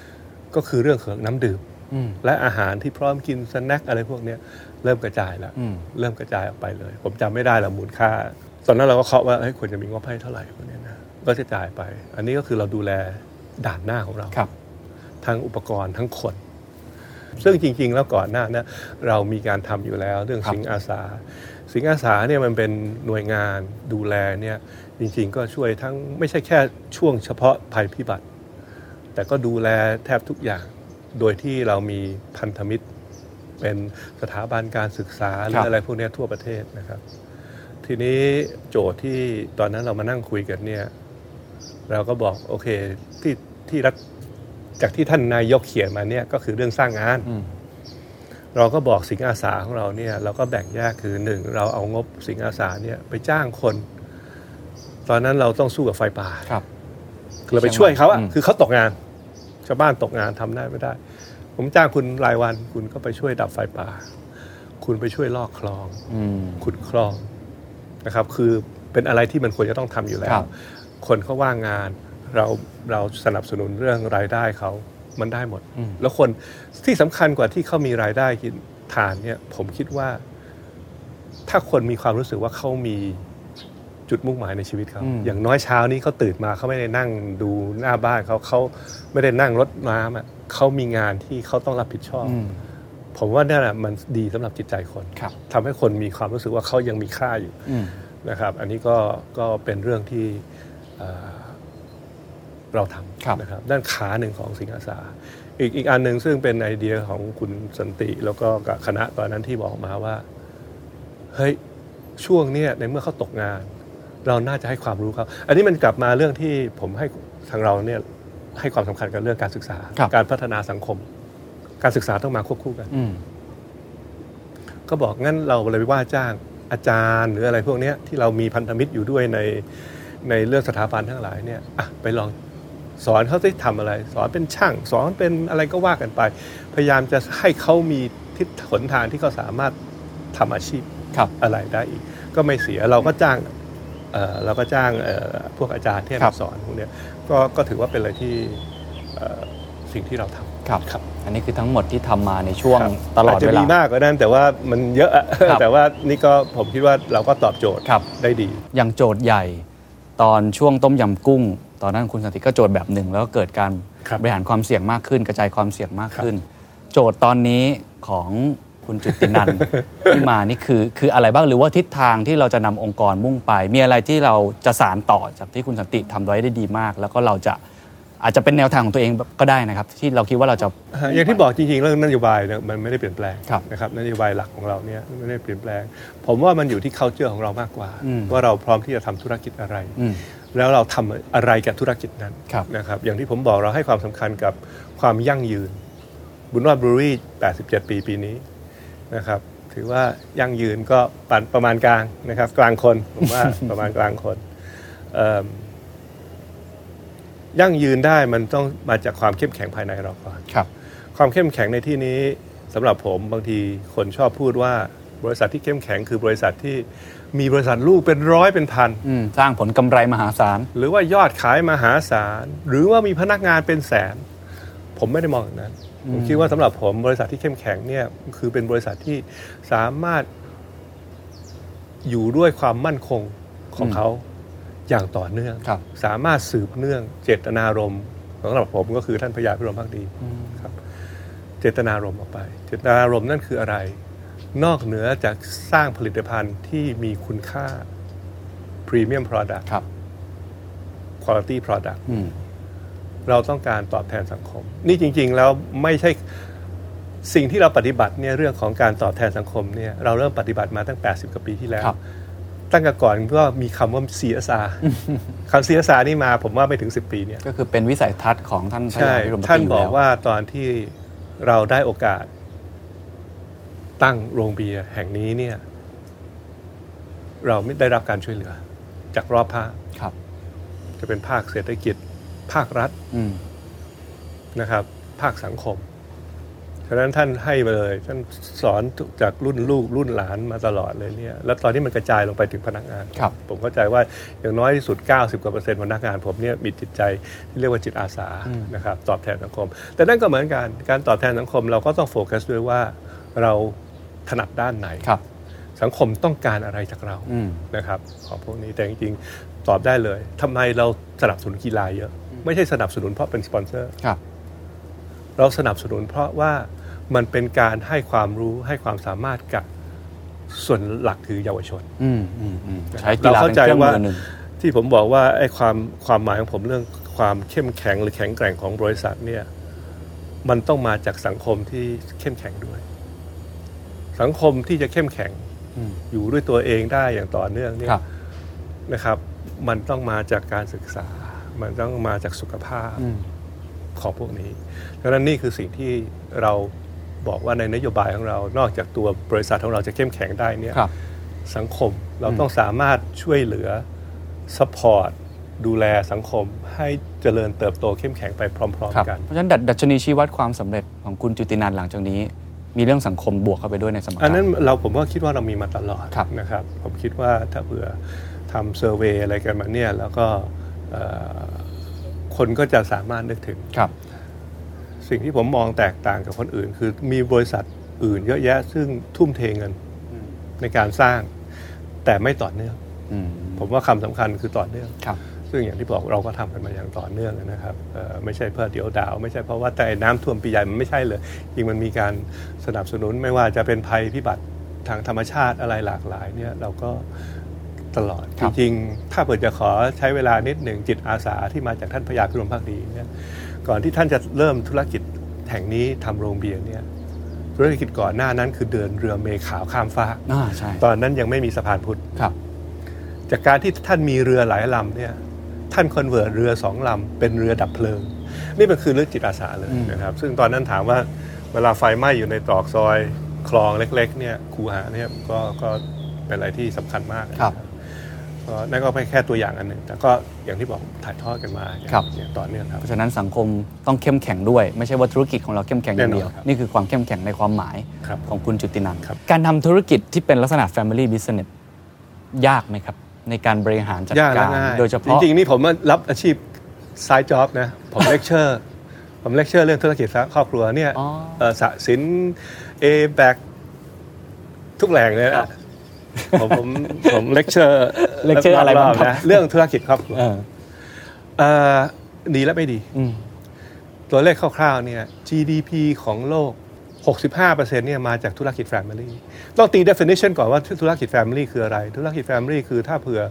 Speaker 5: ก็คือเรื่องของน้ำดื่ม
Speaker 4: อืม
Speaker 5: และอาหารที่พร้อมกินสแน็คอะไรพวกเนี้ยเริ่มกระจายแล้ว
Speaker 4: อืม
Speaker 5: เริ่มกระจายออกไปเลย ผมจำไม่ได้ละมูลค่า ตอนนั้นเราก็เคาะว่าเฮ้ยควรจะมีงบให้เท่าไหร่พวกเนี้ยนะก็จะจ่ายไป อันนี้ก็คือเราดูแลด่านหน้าของเรา
Speaker 4: ครับ
Speaker 5: ทั้งอุปกรณ์ทั้งคน ซึ่งจริง ๆ แล้วก่อนหน้านะเรามีการทำอยู่แล้วเรื่อง
Speaker 4: ครับ
Speaker 5: สิงอาสา สิงอาสาเนี่ยมันเป็นหน่วยงานดูแลเนี่ยจริง ๆ ก็ช่วยทั้งไม่ใช่แค่ช่วงเฉพาะภัยพิบัติ แต่ก็ดูแลแทบทุกอย่าง โดยที่เรามีพันธมิตร เป็นสถาบันการศึกษาหรื
Speaker 4: ครั
Speaker 5: อบ อะไรพวกเนี้ยทั่วประเทศนะครับ ทีนี้โจทย์ที่ตอนนั้นเรามานั่งคุยกันเนี่ย เราก็บอกโอเคที่ที่รัฐจากที่ท่านนายกเขียนมาเนี่ยก็คือเรื่องสร้างงาน
Speaker 4: อืม
Speaker 5: เราก็บอกสิงอาสาของเราเนี่ยเราก็แบ่งแยกคือหนึ่งเราเอางบสิงอาสาเนี่ยไปจ้างคน ตอนนั้นเราต้องสู้กับไฟป่า
Speaker 4: ครับ
Speaker 5: เราไปช่วยเขาอะ
Speaker 4: อืม
Speaker 5: คือเขาตกงาน ชาวบ้านตกงานทำได้ไม่ได้ ผมจ้างคุณรายวัน คุณก็ไปช่วยดับไฟป่า คุณไปช่วยลอกคลอง
Speaker 4: อืม
Speaker 5: ขุดคลองนะครับคือเป็นอะไรที่มันควรจะต้องทำอยู่แล้
Speaker 4: ครั
Speaker 5: ว
Speaker 4: บ
Speaker 5: คนเขาว่างงานเราเราสนับสนุนเรื่องรายได้เขามันได้หมด
Speaker 4: อืม
Speaker 5: แล้วคนที่สำคัญกว่าที่เขามีรายได้กินฐานเนี่ยผมคิดว่า ถ้าคนมีความรู้สึกว่าเขามีจุดมุ่งหมายในชีวิตเขา
Speaker 4: อืม
Speaker 5: อย่างน้อยเช้านี้เขาตื่นมาเขาไม่ได้นั่งดูหน้าบ้านเขาเขาไม่ได้นั่งรถน้ำอะเขามีงานที่เขาต้องรับผิดชอบ
Speaker 4: อืม
Speaker 5: ผมว่านั่นแหละมันดีสำหรับจิตใจคน
Speaker 4: ครับ
Speaker 5: ทำให้คนมีความรู้สึกว่าเขายังมีค่าอยู่
Speaker 4: อืม
Speaker 5: นะครับอันนี้ก็ก็เป็นเรื่องที่เอ่อเราท
Speaker 4: ครับ
Speaker 5: ำนะครับด้านขาหนึ่งของสิงอาสา อีกอีกอันหนึ่งซึ่งเป็นไอเดียของคุณสันติ แล้วก็กับคณะตอนนั้นที่บอกมาว่า เฮ้ย ช่วงเนี้ยในเมื่อเขาตกงาน เราน่าจะให้ความรู้เขาอันนี้มันกลับมาเรื่องที่ผมให้ทางเราเนี่ยให้ความสำคัญกับเรื่องการศึกษา
Speaker 4: ครับ
Speaker 5: การพัฒนาสังคม การศึกษาต้องมาควบคู่กัน
Speaker 4: อืม
Speaker 5: ก็บอกงั้นเราเลยไปว่าจ้างอาจารย์หรืออะไรพวกเนี้ยที่เรามีพันธมิตรอยู่ด้วยในในเรื่องสถาบันทั้งหลายเนี่ยอ่ะไปลองสอนเขาได้ทำอะไร สอนเป็นช่าง สอนเป็นอะไรก็ว่ากันไป พยายามจะให้เขามีทิศหนทางที่เขาสามารถทำอาชีพ
Speaker 4: ครับ
Speaker 5: อะไรได้อีก ก็ไม่เสียเราก็จ้างเอ่อเราก็จ้างเอ่อพวกอาจารย์ที่
Speaker 4: ครับ
Speaker 5: มาสอนพวกเนี้ยก็ก็ถือว่าเป็นอะไรที่เอ่อ สิ่งที่เราทำ
Speaker 4: ครับ
Speaker 5: ครับ
Speaker 4: อันนี้คือทั้งหมดที่ทำมาในช่วง
Speaker 5: ครับ
Speaker 4: ตลอด
Speaker 5: จจะ
Speaker 4: เวลา
Speaker 5: มีมากกว่านั้นแต่ว่ามันเยอะอะ
Speaker 4: ครับ
Speaker 5: แต่ว่านี่ก็ผมคิดว่าเราก็ตอบโจทย์
Speaker 4: ครับ
Speaker 5: ได้ดี
Speaker 4: อย่างโจทย์ใหญ่ ตอนช่วงต้มยำกุ้ง ตอนนั้นคุณสันติก็โจทย์แบบหนึ่ง แล้วก็เกิดการ
Speaker 5: ครับ
Speaker 4: บริหารความเสี่ยงมากขึ้น กระจายความเสี่ยงมากขึ้น โจทย์ตอนนี้ของคุณจุตินั นท์ ที่มานี่คือคืออะไรบ้างหรือว่าทิศทางที่เราจะนำองค์กรมุ่งไป มีอะไรที่เราจะสานต่อจากที่คุณสันติทำไว้ได้ดีมาก แล้วก็เราจะอาจจะเป็นแนวทางของตัวเองก็ได้นะครับ ที่เราคิดว่าเราจะ
Speaker 5: อ่าอย่างที่บอกจริงๆเรื่องนโยบายเนี่ยมันไม่ได้เปลี่ยนแปลง
Speaker 4: ครับ
Speaker 5: นะครับนโยบายหลักของเราเนี่ยไม่ได้เปลี่ยนแปลง ผมว่ามันอยู่ที่ culture ของเรามากกว่า
Speaker 4: อืม
Speaker 5: ว่าเราพร้อมที่จะทำธุรกิจอะไร
Speaker 4: อืม
Speaker 5: แล้วเราทำอะไรกับธุรกิจนั้น
Speaker 4: ครับ
Speaker 5: นะครับอย่างที่ผมบอกเราให้ความสำคัญกับความยั่งยืน บุญรอดบรูรี่ 87 ปีปีนี้นะครับถือว่ายั่งยืนก็ปานประมาณกลางนะครับ กลางคนผม ว่า ประมาณกลางคนเอิ่มยั่งยืนได้มันต้องมาจากความเข้มแข็งภายในเราก่อน
Speaker 4: ครับ
Speaker 5: ความเข้มแข็งในที่นี้สำหรับผมบางทีคนชอบพูดว่าบริษัทที่เข้มแข็งคือบริษัทที่มีบริษัทลูกเป็นร้อยเป็นพัน
Speaker 4: อืมสร้างผลกำไรมหาศาล
Speaker 5: หรือว่ายอดขายมหาศาล หรือว่ามีพนักงานเป็นแสน ผมไม่ได้มองอย่างนั้น ผมคิดว่าสำหรับผมบริษัทที่เข้มแข็งเนี่ยคือเป็นบริษัทที่สามารถอยู่ด้วยความมั่นคงของเขาอย่างต่อเนื่อง
Speaker 4: ครับ
Speaker 5: สามารถสืบเนื่องเจตนารมณ์สำหรับผมก็คือท่านพระยาพิรมพักดี ครับเจตนารมณ์ออกไป เจตนารมณ์นั่นคืออะไร นอกเหนือจากสร้างผลิตภัณฑ์ที่มีคุณค่าพรีเมียม Product
Speaker 4: ครับ
Speaker 5: Quality Product
Speaker 4: อืม
Speaker 5: เราต้องการตอบแทนสังคม นี่จริง ๆ แล้วไม่ใช่สิ่งที่เราปฏิบัติเนี่ยเรื่องของการตอบแทนสังคมเนี่ยเราเริ่มปฏิบัติมาตั้ง 80 กว่าปีที่แล้ว
Speaker 4: ครับ
Speaker 5: ตั้งแต่ก่อนก็มีคำว่า CSR คำ CSR นี่มาผมว่าไม่ถึง 10 ปีเนี่ย
Speaker 4: ก็คือเป็นวิสัยทัศน์ของท่านพระ
Speaker 5: ใช่
Speaker 4: ยาพิรม
Speaker 5: ท่าน
Speaker 4: ยู่
Speaker 5: บอก
Speaker 4: แล้
Speaker 5: ว่าตอนที่เราได้โอกาส ตั้งโรงเบียร์แห่งนี้เนี่ย เราไม่ได้รับการช่วยเหลือ จากรอบภาค
Speaker 4: ครับ
Speaker 5: จะเป็นภาคเศรษฐกิจ ภาครัฐ
Speaker 4: อืม
Speaker 5: นะครับ ภาคสังคมฉะนั้นท่านให้มาเลย ท่านสอนจากรุ่นลูกรุ่นหลานมาตลอดเลยเนี่ย แล้วตอนนี้มันกระจายลงไปถึงพนักงาน
Speaker 4: ครับ
Speaker 5: ผมเข้าใจว่าอย่างน้อยที่สุด 90กว่าเปอร์เซ็นต์พนักงานผมเนี่ยมีจิตใจที่เรียกว่าจิตอาสา
Speaker 4: อืม
Speaker 5: นะครับตอบแทนสังคม แต่นั่นก็เหมือนกันการตอบแทนสังคมเราก็ต้องโฟกัสด้วยว่าเราถนัดด้านไหน
Speaker 4: ครับ
Speaker 5: สังคมต้องการอะไรจากเรา
Speaker 4: อืม
Speaker 5: นะครับของพวกนี้แต่จริงๆ ตอบได้เลยทำไมเราสนับสนุนกีฬาเยอะ ไม่ใช่สนับสนุนเพราะเป็นสปอนเซอร์
Speaker 4: ครับ
Speaker 5: เราสนับสนุนเพราะว่ามันเป็นการให้ความรู้ให้ความสามารถกับส่วนหลักคือเยาวชน
Speaker 4: อืมอืมอืม
Speaker 5: นะครับ
Speaker 4: ใช้กีฬาเป็นเครื่องมือหนึ่ง
Speaker 5: เรเข้ใจว่าที่ผมบอกว่าไอ้ความความหมายของผมเรื่องความเข้มแข็งหรือแข็งแกร่งของบริษัทเนี่ยมันต้องมาจากสังคมที่เข้มแข็งด้วย สังคมที่จะเข้มแข็ง
Speaker 4: อืม
Speaker 5: อยู่ด้วยตัวเองได้อย่างต่อเนื่องเนี่ย
Speaker 4: ครับ
Speaker 5: นะครับ มันต้องมาจากการศึกษา มันต้องมาจากสุขภาพ
Speaker 4: อืม
Speaker 5: ของพวกนี้ดังนั้นนี่คือสิ่งที่เราบอกว่าในนโยบายของเรา นอกจากตัวบริษัทของเราจะเข้มแข็งได้เนี่ย
Speaker 4: ครับ
Speaker 5: สังคมเราต้องสามารถช่วยเหลือ support ดูแลสังคมให้เจริญเติบโตเข้มแข็งไปพร้อม
Speaker 4: ครับ
Speaker 5: ๆ กัน
Speaker 4: เพราะฉะนั้นดัดดัชนีชี้วัดความสำเร็จของคุณจุตินันท์หลังจากนี้ มีเรื่องสังคมบวกเข้าไปด้วยในสมการ
Speaker 5: อันนั้นเราผมว่าคิดว่าเรามีมาตลอด
Speaker 4: ครับ
Speaker 5: นะครับ ผมคิดว่าถ้าเผื่อทำเซอร์เวย์อะไรกันมาเนี่ยแล้วก็เอ่อคนก็จะสามารถนึกถึง
Speaker 4: ครับ
Speaker 5: สิ่งที่ผมมองแตกต่างกับคนอื่น คือมีบริษัทอื่นเยอะแยะ ซึ่งทุ่มเทเงินในการสร้าง แต่ไม่ต่อเนื่อง
Speaker 4: อืม
Speaker 5: ผมว่าคำสำคัญคือต่อเนื่อง
Speaker 4: ครับ
Speaker 5: ซึ่งอย่างที่บอกเราก็ทำกันมาอย่างต่อเนื่องนะครับเอ่อไม่ใช่เพื่อเดี๋ยวดาว ไม่ใช่เพราะว่าแต่น้ำท่วมปีใหญ่มันไม่ใช่เลยจริงมันมีการสนับสนุนไม่ว่าจะเป็นภัยพิบัติทางธรรมชาติอะไรหลากหลายเนี่ยเราก็ตลอด
Speaker 4: ค
Speaker 5: จ
Speaker 4: รับ
Speaker 5: ริงๆถ้าเผื่อจะขอใช้เวลานิดหนึ่งจิตอาสาที่มาจากท่านพระยาพิรมภักดีเนี่ยก่อนที่ท่านจะเริ่มธุรกิจแห่งนี้ทำโรงเบียร์เนี่ยธุรกิจก่อนหน้านั้นคือเดินเรือเมขาวข้ามฟาก
Speaker 4: อ่าใช่
Speaker 5: ตอนนั้นยังไม่มีสะพานพุทธ
Speaker 4: ครับ
Speaker 5: จากการที่ท่านมีเรือหลายลำเนี่ยท่านคอนเวิร์ตเรือสองลำเป็นเรือดับเพลิง นี่มันคือเรื่องจิตอาสาเลย
Speaker 4: อืม
Speaker 5: นะครับ ซึ่งตอนนั้นถามว่าเวลาไฟไหม้อยู่ในตรอกซอยคลองเล็ก ๆ เนี่ยคูหาเนี่ยก็ก็เป็นอะไรที่สำคัญมากนะ
Speaker 4: ครับ
Speaker 5: ก็นั่นก็เป็นแค่ตัวอย่างอันหนึ่งแต่ก็อย่างที่บอกถ่ายทอดกันมาอย่าง
Speaker 4: ครับ
Speaker 5: อย่างต่อเนื่องครับ
Speaker 4: เพราะฉะนั้นสังคมต้องเข้มแข็งด้วย ไม่ใช่ว่าธุรกิจของเราเข้มแข็งอย่างเดียว
Speaker 5: แน่นอนครับ
Speaker 4: นี่คือความเข้มแข็งในความหมาย
Speaker 5: ครับ
Speaker 4: ของคุณจุตินันท์
Speaker 5: ครับ
Speaker 4: การทำธุรกิจที่เป็นลักษณะ Family Business ยากไหมครับ ในการบริหารจัด
Speaker 5: ยาก
Speaker 4: กา
Speaker 5: และ
Speaker 4: ร
Speaker 5: ง่าย
Speaker 4: โดยเฉพาะ
Speaker 5: จริง ๆ นี่ผมรับอาชีพ side job นะ ผมเลคเชอร์ ผมเลคเชอร์เรื่องธุรกิจครอบครัวเนี่ย
Speaker 4: อ๋อ
Speaker 5: เอ่อสะสินเอแบกทุกแหล่งเลยนะผมผมผมเลคเชอร์
Speaker 4: เลคเชอร์อะไรบ้างครับ
Speaker 5: นะเรื่องธุรกิจครอบครัว
Speaker 4: เออ
Speaker 5: เอ่อดีและไม่ดี
Speaker 4: อืม
Speaker 5: ตัวเลขคร่าวๆเนี่ย GDP ของโลก 65%เนี่ยมาจากธุรกิจ Family ต้องตี definition ก่อนว่าธุรกิจ Family คืออะไร ธุรกิจ Family คือถ้าเผื่อ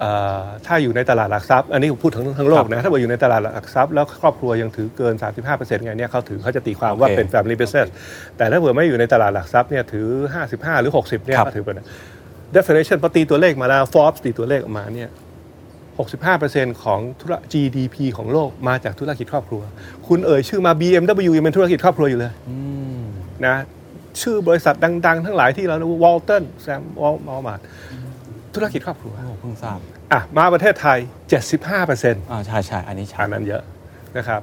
Speaker 5: เอ่อถ้าอยู่ในตลาดหลักทรัพย์ อันนี้ผมพูดทั้งทั้งโลกนะ ถ้าเผื่ออยู่ในตลาดหลักทรัพย์แล้วครอบครัวยังถือเกิน 35%ไงเนี่ยเขาถือเขาจะตีความว่าเป็น Family Business แต่ถ้าเผื่อไม่อยู่ในตลาดหลักทรัพย์เนี่ยถือ 55 หรือ 60เนี่ยก็ถือเป็น definition พอตีตัวเลขมาแล้ว Forbes ตีตัวเลขออกมาเนี่ย 65%ของธุระ GDP ของโลกมาจากธุรกิจครอบครัว คุณเอ่ยชื่อมา BMW ยังเป็นธุรกิจครอบครัวอยู่เลย
Speaker 4: อืม
Speaker 5: นะชื่อบริษัทดัง ๆ ทั้งหลายที่เราวอลตันแซมวอลวอลมาร์ธุรกิจครอบครัว
Speaker 4: โอ้เพิ่งทราบ
Speaker 5: อ่ะมาประเทศไทย 75%อ
Speaker 4: อ่าใช่ใช่อันนี้ใช่
Speaker 5: ันนั้นเยอะนะครับ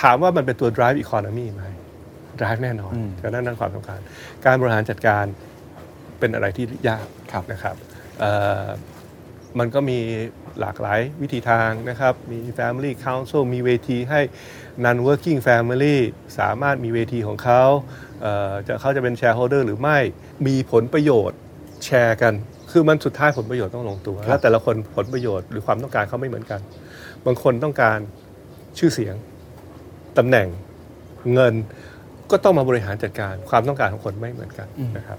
Speaker 5: ถามว่ามันเป็นตัว drive economy ไหม drive แน่นอนดังนั้นนั่นความสำคัญ การบริหารจัดการเป็นอะไรที่ยาก
Speaker 4: ครับ
Speaker 5: นะครับเอ่อมันก็มีหลากหลายวิธีทางนะครับ มี Family Council มีเวทีให้ Non Working Family สามารถมีเวทีของเขาเอ่อจะเขาจะเป็น Shareholder หรือไม่ มีผลประโยชน์แชร์กัน คือมันสุดท้ายผลประโยชน์ต้องลงตัว และแต่ละคนผลประโยชน์หรือความต้องการเขาไม่เหมือนกัน บางคนต้องการชื่อเสียงตำแหน่งเงินก็ต้องมาบริหารจัดการความต้องการของคนไม่เหมือนกันนะครับ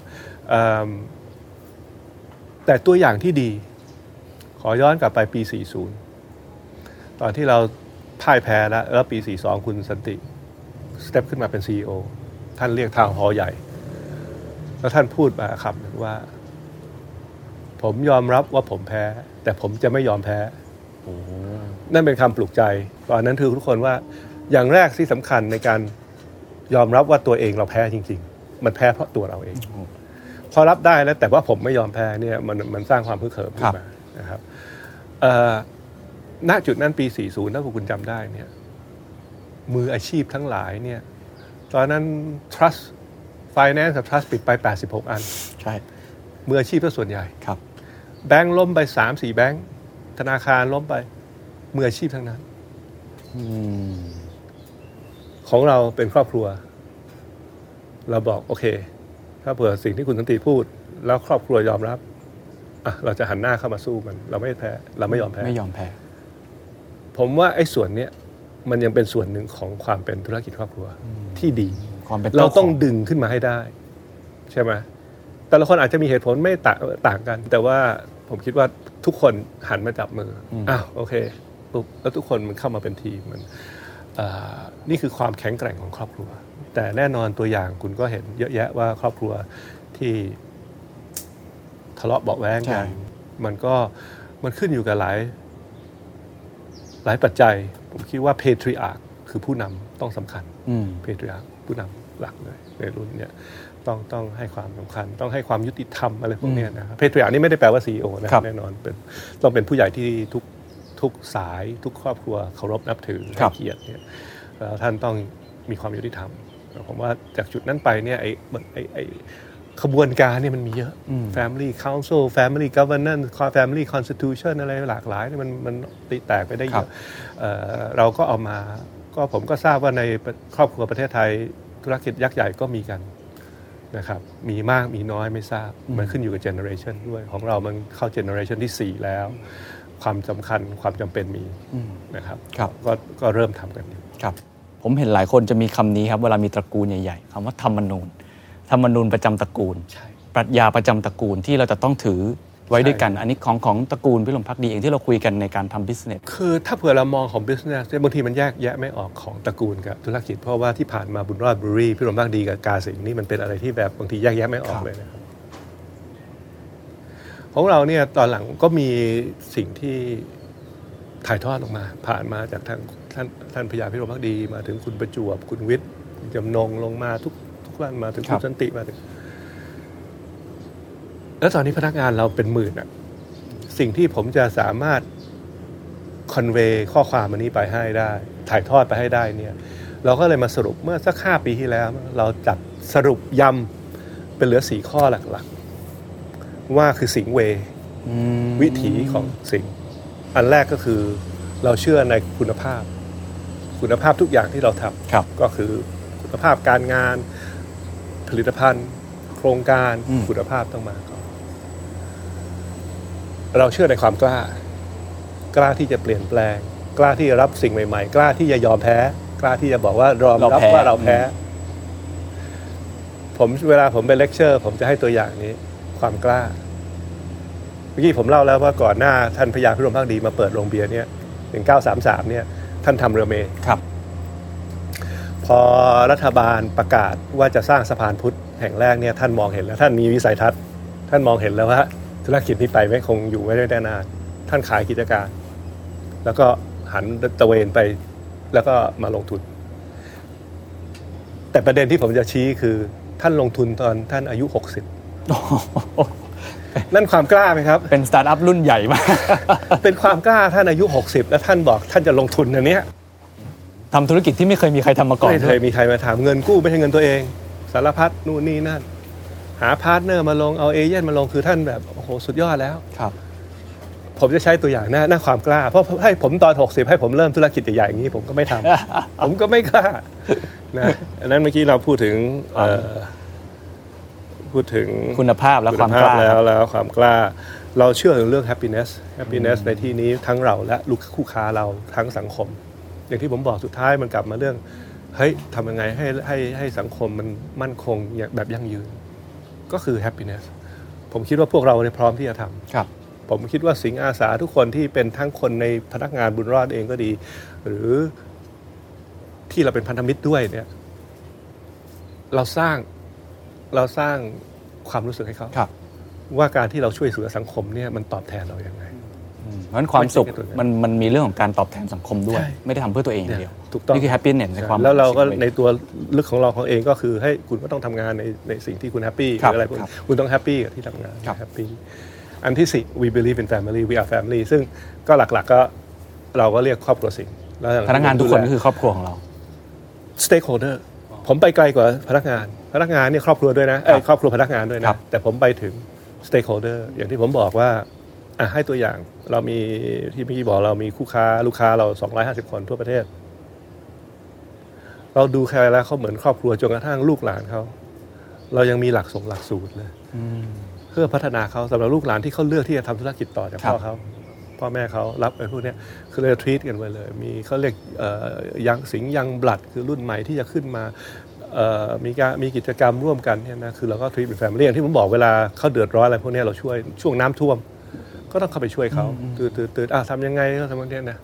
Speaker 5: เอิ่ม แต่ตัวอย่างที่ดี ขอย้อนกลับไปปี 40 ตอนที่เราพ่ายแพ้แล้วแล้วปี 42 คุณสันติสเต็ปขึ้นมาเป็น CEO ท่านเรียกทางหอใหญ่ แล้วท่านพูดมาคำหนึ่งว่า ผมยอมรับว่าผมแพ้ แต่ผมจะไม่ยอมแพ้ นั่นเป็นคำปลุกใจตอนนั้นคือทุกคนว่าอย่างแรกที่สำคัญในการยอมรับว่าตัวเองเราแพ้จริง ๆ มันแพ้เพราะตัวเราเอง พอรับได้แล้วแต่ว่าผมไม่ยอมแพ้เนี่ยมันมันสร้างความพึกเหิมขึ้นมานะครับเอ่อณจุดนั้นปี 40 ถ้าพวกคุณจำได้เนี่ยมืออาชีพทั้งหลายเนี่ยตอนนั้น trust finance กับ trust ปิดไป 86 อัน
Speaker 4: ใช่
Speaker 5: มืออาชีพก็ส่วนใหญ่
Speaker 4: ครับ
Speaker 5: แบงค์ล้มไป 3 4 แบงค์ ธนาคารล้มไป มืออาชีพทั้งนั้น
Speaker 4: อืม
Speaker 5: ของเราเป็นครอบครัว เราบอกโอเค ถ้าเผื่อสิ่งที่คุณสันติพูด แล้วครอบครัวยอมรับอ่ะเราจะหันหน้าเข้ามาสู้มัน เราไม่แพ้เราไม่ยอมแพ้
Speaker 4: ไม่ยอมแพ้
Speaker 5: ผมว่าไอ้ส่วนเนี้ยมันยังเป็นส่วนหนึ่งของความเป็นธุรกิจครอบครัวที่ดี
Speaker 4: ความเป็น
Speaker 5: เราต้อง
Speaker 4: จ้ข
Speaker 5: ดึงขึ้นมาให้ได้ ใช่ไหมแต่ละคนอาจจะมีเหตุผลไม่ต่างต่างกัน แต่ว่าผมคิดว่าทุกคนหันมาจับมือออ้าวโอเคปุ๊บแล้วทุกคนมันเข้ามาเป็นทีมมันเอ่อนี่คือความแข็งแกร่งของครอบครัว แต่แน่นอนตัวอย่างคุณก็เห็นเยอะแยะว่าครอบครัวที่ทะเลาะเบาะแว้งกันมันก็มันขึ้นอยู่กับหลาย หลายปัจจัย ผมคิดว่าเพทริอา h คือผู้นำต้องสำคัญ
Speaker 4: อืม
Speaker 5: เพตรียผู้นำหลักเลยในรุ่นเนี่ยต้องต้องให้ความสำคัญ ต้องให้ความยุติธรรมอะไรพวกเนี้ยนะครับเพตรียนี่ไม่ได้แปลว่าซีอนะครับ แน่นอนเป็นต้องเป็นผู้ใหญ่ที่ทุกทุกสาย ทุกครอบครัวเคารพนับถือ
Speaker 4: ครับ
Speaker 5: ให้เกียรติเนี่ยแล้วท่านต้องมีความยุติธรรมผมว่าจากจุดนั้นไปเนี่ยไอ้มันไอ้ไอ้ขบวนการเนี่ยมันมีเยอะ Family Council Family Governance Family Constitution อะไรหลากหลายเนี่ยมันมันตีแตกไปได้เย
Speaker 4: ครับ
Speaker 5: อะ เอ่อเราก็เอามาก็ผมก็ทราบว่าในครอบครัวประเทศไทย ธุรกิจยักษ์ใหญ่ก็มีกันนะครับ มีมากมีน้อยไม่ทราบ มันขึ้นอยู่กับเจเนอเรชันด้วยของเรามันเข้าเจเนอเรชันทีสี่4 แล้ว ความสำคัญความจำเป็นมีนะครับ
Speaker 4: ครับ
Speaker 5: ก็ก็เริ่มทำกันอยู่
Speaker 4: ครับผมเห็นหลายคนจะมีคำนี้ครับเวลามีตระกูลใหญ่ๆคำว่าธรรมนูญธรรมนูญประจำตระกูลปรัชญาประจำตระกูลที่เราจะต้องถือไว้ด้วยกัน อันนี้ของของตระกูลพิลมพักดีเองที่เราคุยกันในการทำ business
Speaker 5: คือถ้าเผื่อเรามองของ business เนี่ยบางทีมันแยกแยะไม่ออกของตระกูลกับธุรกิจ เพราะว่าที่ผ่านมาบุญรอดบรีพี่รมรักดีกับกาสิงห์นี่มันเป็นอะไรที่แบบบางทีแยกแยะไม่ออกเลยนะครับ ของเราเนี่ยตอนหลังก็มีสิ่งที่ถ่ายทอดออกมา ผ่านมาจากทางท่านท่านพญาพิรมพักดี มาถึงคุณประจวบคุณวิทย์คุณจำนงลงมาทุกทุกท่านมาถึง
Speaker 4: ครั
Speaker 5: คุณ
Speaker 4: บ
Speaker 5: สันติมาถึง แล้วตอนนี้พนักงานเราเป็นหมื่นอะสิ่งที่ผมจะสามารถ คอนเวย์ข้อความอันนี้ไปให้ได้ ถ่ายทอดไปให้ได้เนี่ย เราก็เลยมาสรุปเมื่อสักห้าปีที่แล้ว เราจัดสรุปยำเป็นเหลือสีข้อหลักๆ ว่าคือสิงเวย์วิถีของสิงอันแรกก็คือเราเชื่อในคุณภาพ คุณภาพทุกอย่างที่เราทำ
Speaker 4: ครับ
Speaker 5: ก็คือคุณภาพการงานผลิตภัณฑ์ โครงการ
Speaker 4: อืม
Speaker 5: คุณภาพต้องมาก่อนเราเชื่อในความกล้า กล้าที่จะเปลี่ยนแปลง กล้าที่จะรับสิ่งใหม่ๆ กล้าที่จะยอมแพ้ กล้าที่จะบอกว่ายอมรับว่าเราแพ้ ผมเวลาผมไปเลคเชอร์ ผมจะให้ตัวอย่างนี้ ความกล้า เมื่อกี้ผมเล่าแล้วว่าก่อนหน้าท่านพญาพิรมพักดีมาเปิดโรงเบียร์เนี่ยหนึ่งเก้าสามสามเนี่ย ท่านทำเรือเมย์
Speaker 4: ครับ
Speaker 5: พอรัฐบาลประกาศว่าจะสร้างสะพานพุทธแห่งแรกเนี่ยท่านมองเห็นแล้ว ท่านมีวิสัยทัศน์ ท่านมองเห็นแล้วว่าธุรกิจนี้ไปไม่คงอยู่ไม่ได้นานท่านขายกิจการ แล้วก็หันตะเวนไปแล้วก็มาลงทุน แต่ประเด็นที่ผมจะชี้คือท่านลงทุนตอนท่านอายุ
Speaker 4: โอ้โห
Speaker 5: 60 นั่นความกล้าไหมครับ
Speaker 4: เป็นสตาร์ทอัพรุ่นใหญ่มาก
Speaker 5: เป็นความกล้าท่านอายุ 60 แล้วท่านบอกท่านจะลงทุนอันเนี้ย
Speaker 4: ทำธุรกิจที่ไม่เคยมีใครทำมาก่อน
Speaker 5: ไม่เคยมีใครมาถามเงินกู้ไม่ใช่เงินตัวเอง สารพัดนู่นนี่นั่น หาพาร์ทเนอร์มาลงเอาเอเย่นมาลงคือท่านแบบ โอ้โห สุดยอดแล้ว
Speaker 4: ครับ
Speaker 5: ผมจะใช้ตัวอย่างหน้าหน้าความกล้า เพราะให้ผมตอน 60 ให้ผมเริ่มธุรกิจใหญ่ๆอย่างนี้ ผมก็ไม่ทำ ผมก็ไม่กล้านะอันนั้นเมื่อกี้เราพูดถึงเอ่อพูดถึง
Speaker 4: คุณภาพและความกล้า
Speaker 5: ณภพแล้วแล้วความกล้า เราเชื่อถึงเรื่อง happiness happiness ในที่นี้ทั้งเราและลูกคู่ค้าเราทั้งสังคม อย่างที่ผมบอกสุดท้ายมันกลับมาเรื่องเฮ้ยทำยังไงให้ให้ให้สังคมมันมั่นคงอย่างแบบยั่งยืน ก็คือ happiness ผมคิดว่าพวกเราเนี่ยพร้อมที่จะทำ
Speaker 4: ครับ
Speaker 5: ผมคิดว่าสิงอาสาทุกคนที่เป็นทั้งคนในพนักงานบุญรอดเองก็ดี หรือที่เราเป็นพันธมิตรด้วยเนี่ย เราสร้างเราสร้างความรู้สึกให้เขา
Speaker 4: ครับ
Speaker 5: ว่าการที่เราช่วยเหลือสังคมเนี่ยมันตอบแทนเราอย่างไง
Speaker 4: เพราะฉะนั้นความสุข
Speaker 5: ไม่ใช่แค่ตัวเอง
Speaker 4: มันมันมีเรื่องของการตอบแทนสังคมด้วย
Speaker 5: ใช่
Speaker 4: ไม่ได้ทำเพื่อตัวเองอย่างเดียว
Speaker 5: ถูกต้อง
Speaker 4: นี่คือแฮปปี้เน็ตในความ
Speaker 5: แล้วเราก็ในตัวลึกของเราของเองก็คือให้คุณก็ต้องทำงานในในสิ่งที่คุณแฮปปี้ห
Speaker 4: ครับ
Speaker 5: รืออะไรพวก
Speaker 4: ครับ
Speaker 5: นี้คุณต้องแฮปปี้กับที่ทำงาน
Speaker 4: ครับ
Speaker 5: แฮปปี้อันที่สี่ we believe in family we are family ซึ่งก็หลักๆก็เราก็เรียกครอบครัวสิงห์แล้วอย่
Speaker 4: พนักงานทุกคน
Speaker 5: ดู
Speaker 4: ก็
Speaker 5: แล
Speaker 4: คือครอบครัวของเรา
Speaker 5: สเต็กโฮเดอร์ผมไปไกลกว่าพนักงาน พนักงานเนี่ยครอบครัวด้วยนะเอ้ยครอบครัวพนักงานด้วย
Speaker 4: ครั
Speaker 5: นะ
Speaker 4: บ
Speaker 5: แต่ผมไปถึงสเต็กโฮเดอร์อย่างที่ผมบอกว่าอ่ะให้ตัวอย่างเรามีที่เมื่อกี้บอกเรามีคู่ค้าลูกค้าเรา 250 คนทั่วประเทศ เราดูแคร์แล้วเขาเหมือนครอบครัวจนกระทั่งลูกหลานเขาเรายังมีหลักส่งหลักสูตรเลย
Speaker 4: อืม
Speaker 5: เพื่อพัฒนาเขาสำหรับลูกหลานที่เขาเลือกที่จะทำธุรกิจต่อจาก
Speaker 4: ครับ
Speaker 5: พ่อเขาพ่อแม่เขารับไอ้พวกเนี้ยคือเราทรีตกันไว้เลย มีเขาเรียกเอ่อยังสิงยังบลัดคือรุ่นใหม่ที่จะขึ้นมาเอ่อมีการมีกิจกรรมร่วมกันเนี่ยนะคือเราก็ทรีตเป็นแฟมิลี่อย่างที่ผมบอกเวลาเขาเดือดร้อนอะไรพวกเนี้ยเราช่วยช่วงน้ำท่วม ก็ต้องเข้าไปช่วยเขาตื่นตื่นตื่นอ่ะทำยังไงก็ทำพวกเนี้ยนะ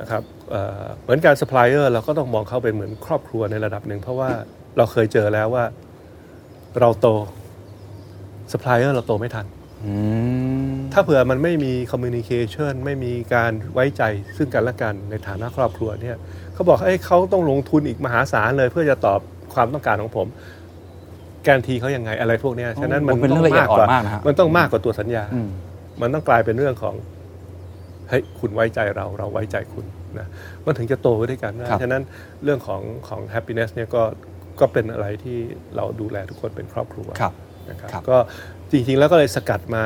Speaker 5: นะครับเอ่อเหมือนการซัพพลายเออร์เราก็ต้องมองเขาเป็นเหมือนครอบครัวในระดับหนึ่งเพราะว่าเราเคยเจอแล้วว่าเราโตซัพพลายเออร์เราโตไม่ทัน
Speaker 4: อืม
Speaker 5: ถ้าเผื่อมันไม่มีคอมมิวนิเคชันไม่มีการไว้ใจซึ่งกันและกันในฐานะครอบครัวเนี่ยเขาบอกเอ้ยเขาต้องลงทุนอีกมหาศาลเลยเพื่อจะตอบความต้องการของผม แกนทีเขายังไงอะไรพวกเนี้ยฉะนั้นมัน
Speaker 4: เป็น
Speaker 5: ต้
Speaker 4: เรื่
Speaker 5: อ
Speaker 4: อง งละเอียด
Speaker 5: มาก
Speaker 4: อ่อก
Speaker 5: ว่าม
Speaker 4: นากนะฮะ
Speaker 5: มันต้องมากกว่าตัวสัญญา
Speaker 4: อืม
Speaker 5: มันต้องกลายเป็นเรื่องของเฮ้ยคุณไว้ใจเราเราไว้ใจคุณนะมันถึงจะโตไปด้วยกันนะครับ ฉะนั้นเรื่องของของ happiness เนี่ยก็ก็เป็นอะไรที่เราดูแลทุกคนเป็นครอบครัว
Speaker 4: ครับ
Speaker 5: นะครับ
Speaker 4: ครับ
Speaker 5: ก็จริงๆแล้วก็เลยสกัดมา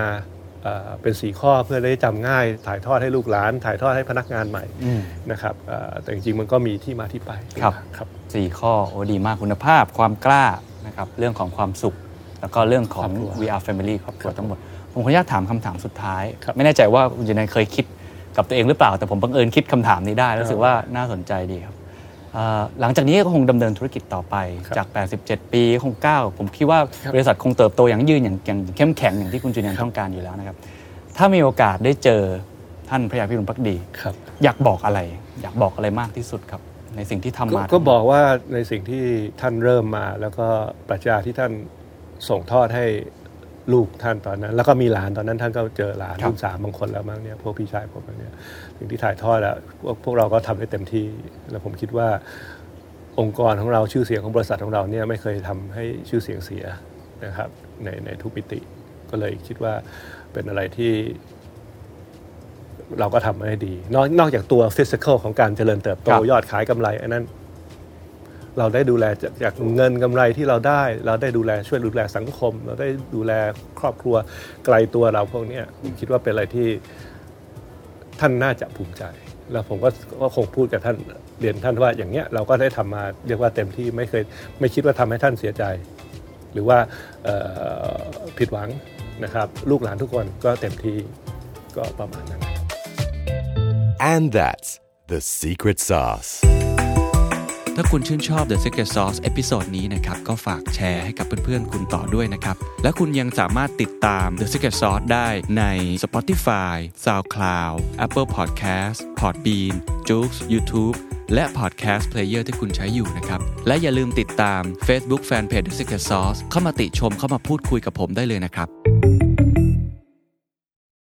Speaker 5: เอ่อเป็นสีข้อเพื่อได้จำง่าย ถ่ายทอดให้ลูกหลาน ถ่ายทอดให้พนักงานใหม่
Speaker 4: อืม
Speaker 5: นะครับเอ่อแต่จริงๆมันก็มีที่มาที่ไป
Speaker 4: ครับ
Speaker 5: ครับ
Speaker 4: สี่ข้อโอ้ดีมากคุณภาพ ความกล้านะครับเรื่องของความสุข แล้วก็เรื่องของ
Speaker 5: ครอบครัว
Speaker 4: VR Family ครอบครัวทั้งหมด ผมขออนุญาตถามคำถามสุดท้าย
Speaker 5: ครับ
Speaker 4: ไม่แน่ใจว่าคุณเจนันเคยคิดกับตัวเองหรือเปล่า แต่ผมบังเอิญคิดคำถามนี้ได้แล้วรู้สึกว่าน่าสนใจดีครับเอ่อหลังจากนี้ก็คงดำเนินธุรกิจต่อไป
Speaker 5: ครับ
Speaker 4: จาก 87 ปีคง9ผมคิดว่า
Speaker 5: ครับ
Speaker 4: บริษัทคงเติบโตอย่างยืนอย่างอย่างอย่างเข้มแข็งอย่างที่คุณจูเนียนต้องการอยู่แล้วนะครับถ้ามีโอกาสได้เจอท่านพระยาพิรุณพักดี
Speaker 5: ครับ
Speaker 4: อยากบอกอะไร อยากบอกอะไรมากที่สุดครับ ในสิ่งที่ทำมา
Speaker 5: ก็บอกว่าในสิ่งที่ท่านเริ่มมา แล้วก็ปรัชญาที่ท่านส่งทอดให้ลูกท่านตอนนั้น แล้วก็มีหลานตอนนั้นท่านก็เจอหลาน
Speaker 4: ครับ
Speaker 5: รุ่นสามบางคนแล้วมั้งเนี่ยพวกพี่ชายผมเนี่ยสิ่งที่ถ่ายทอดแล้วพวกพวกเราก็ทำได้เต็มที่แล้วผมคิดว่า องค์กรของเราชื่อเสียงของบริษัทของเราเนี่ยไม่เคยทำให้ชื่อเสียงเสียนะครับในในทุกมิติ ก็เลยคิดว่าเป็นอะไรที่ เราก็ทำมาได้ดี นอกนอกจากตัวฟิสิก a l ของการเจริญเติบโต
Speaker 4: ครับ
Speaker 5: ยอดขายกำไรอันนั้น เราได้ดูแลจากจากเงินกำไรที่เราได้ เราได้ดูแลช่วยดูแลสังคม เราได้ดูแลครอบครัวไกลตัวเราพวกเนี้ยผมคิดว่าเป็นอะไรที่ท่านน่าจะภูมิใจ แล้วผมก็ก็คงพูดกับท่านเรียนท่านว่าอย่างเงี้ยเราก็ได้ทำมาเรียกว่าเต็มที่ไม่เคยไม่คิดว่าทำให้ท่านเสียใจ หรือว่าเอ่อผิดหวังนะครับ ลูกหลานทุกคนก็เต็มที่ก็ประมาณนั้น
Speaker 1: And that's the secret sauce.
Speaker 3: ถ้าคุณชื่นชอบ The Secret Sauce เอพิโซดนี้นะครับ ก็ฝากแชร์ให้กับเพื่อนๆ คุณต่อด้วยนะครับ และคุณยังสามารถติดตาม The Secret Sauce ได้ใน Spotify, SoundCloud, Apple Podcast, Podbean, j o o x YouTube และ Podcast Player ที่คุณใช้อยู่นะครับ และอย่าลืมติดตาม Facebook Fanpage The Secret Sauce เข้ามาติชมเข้ามาพูดคุยกับผมได้เลยนะครับ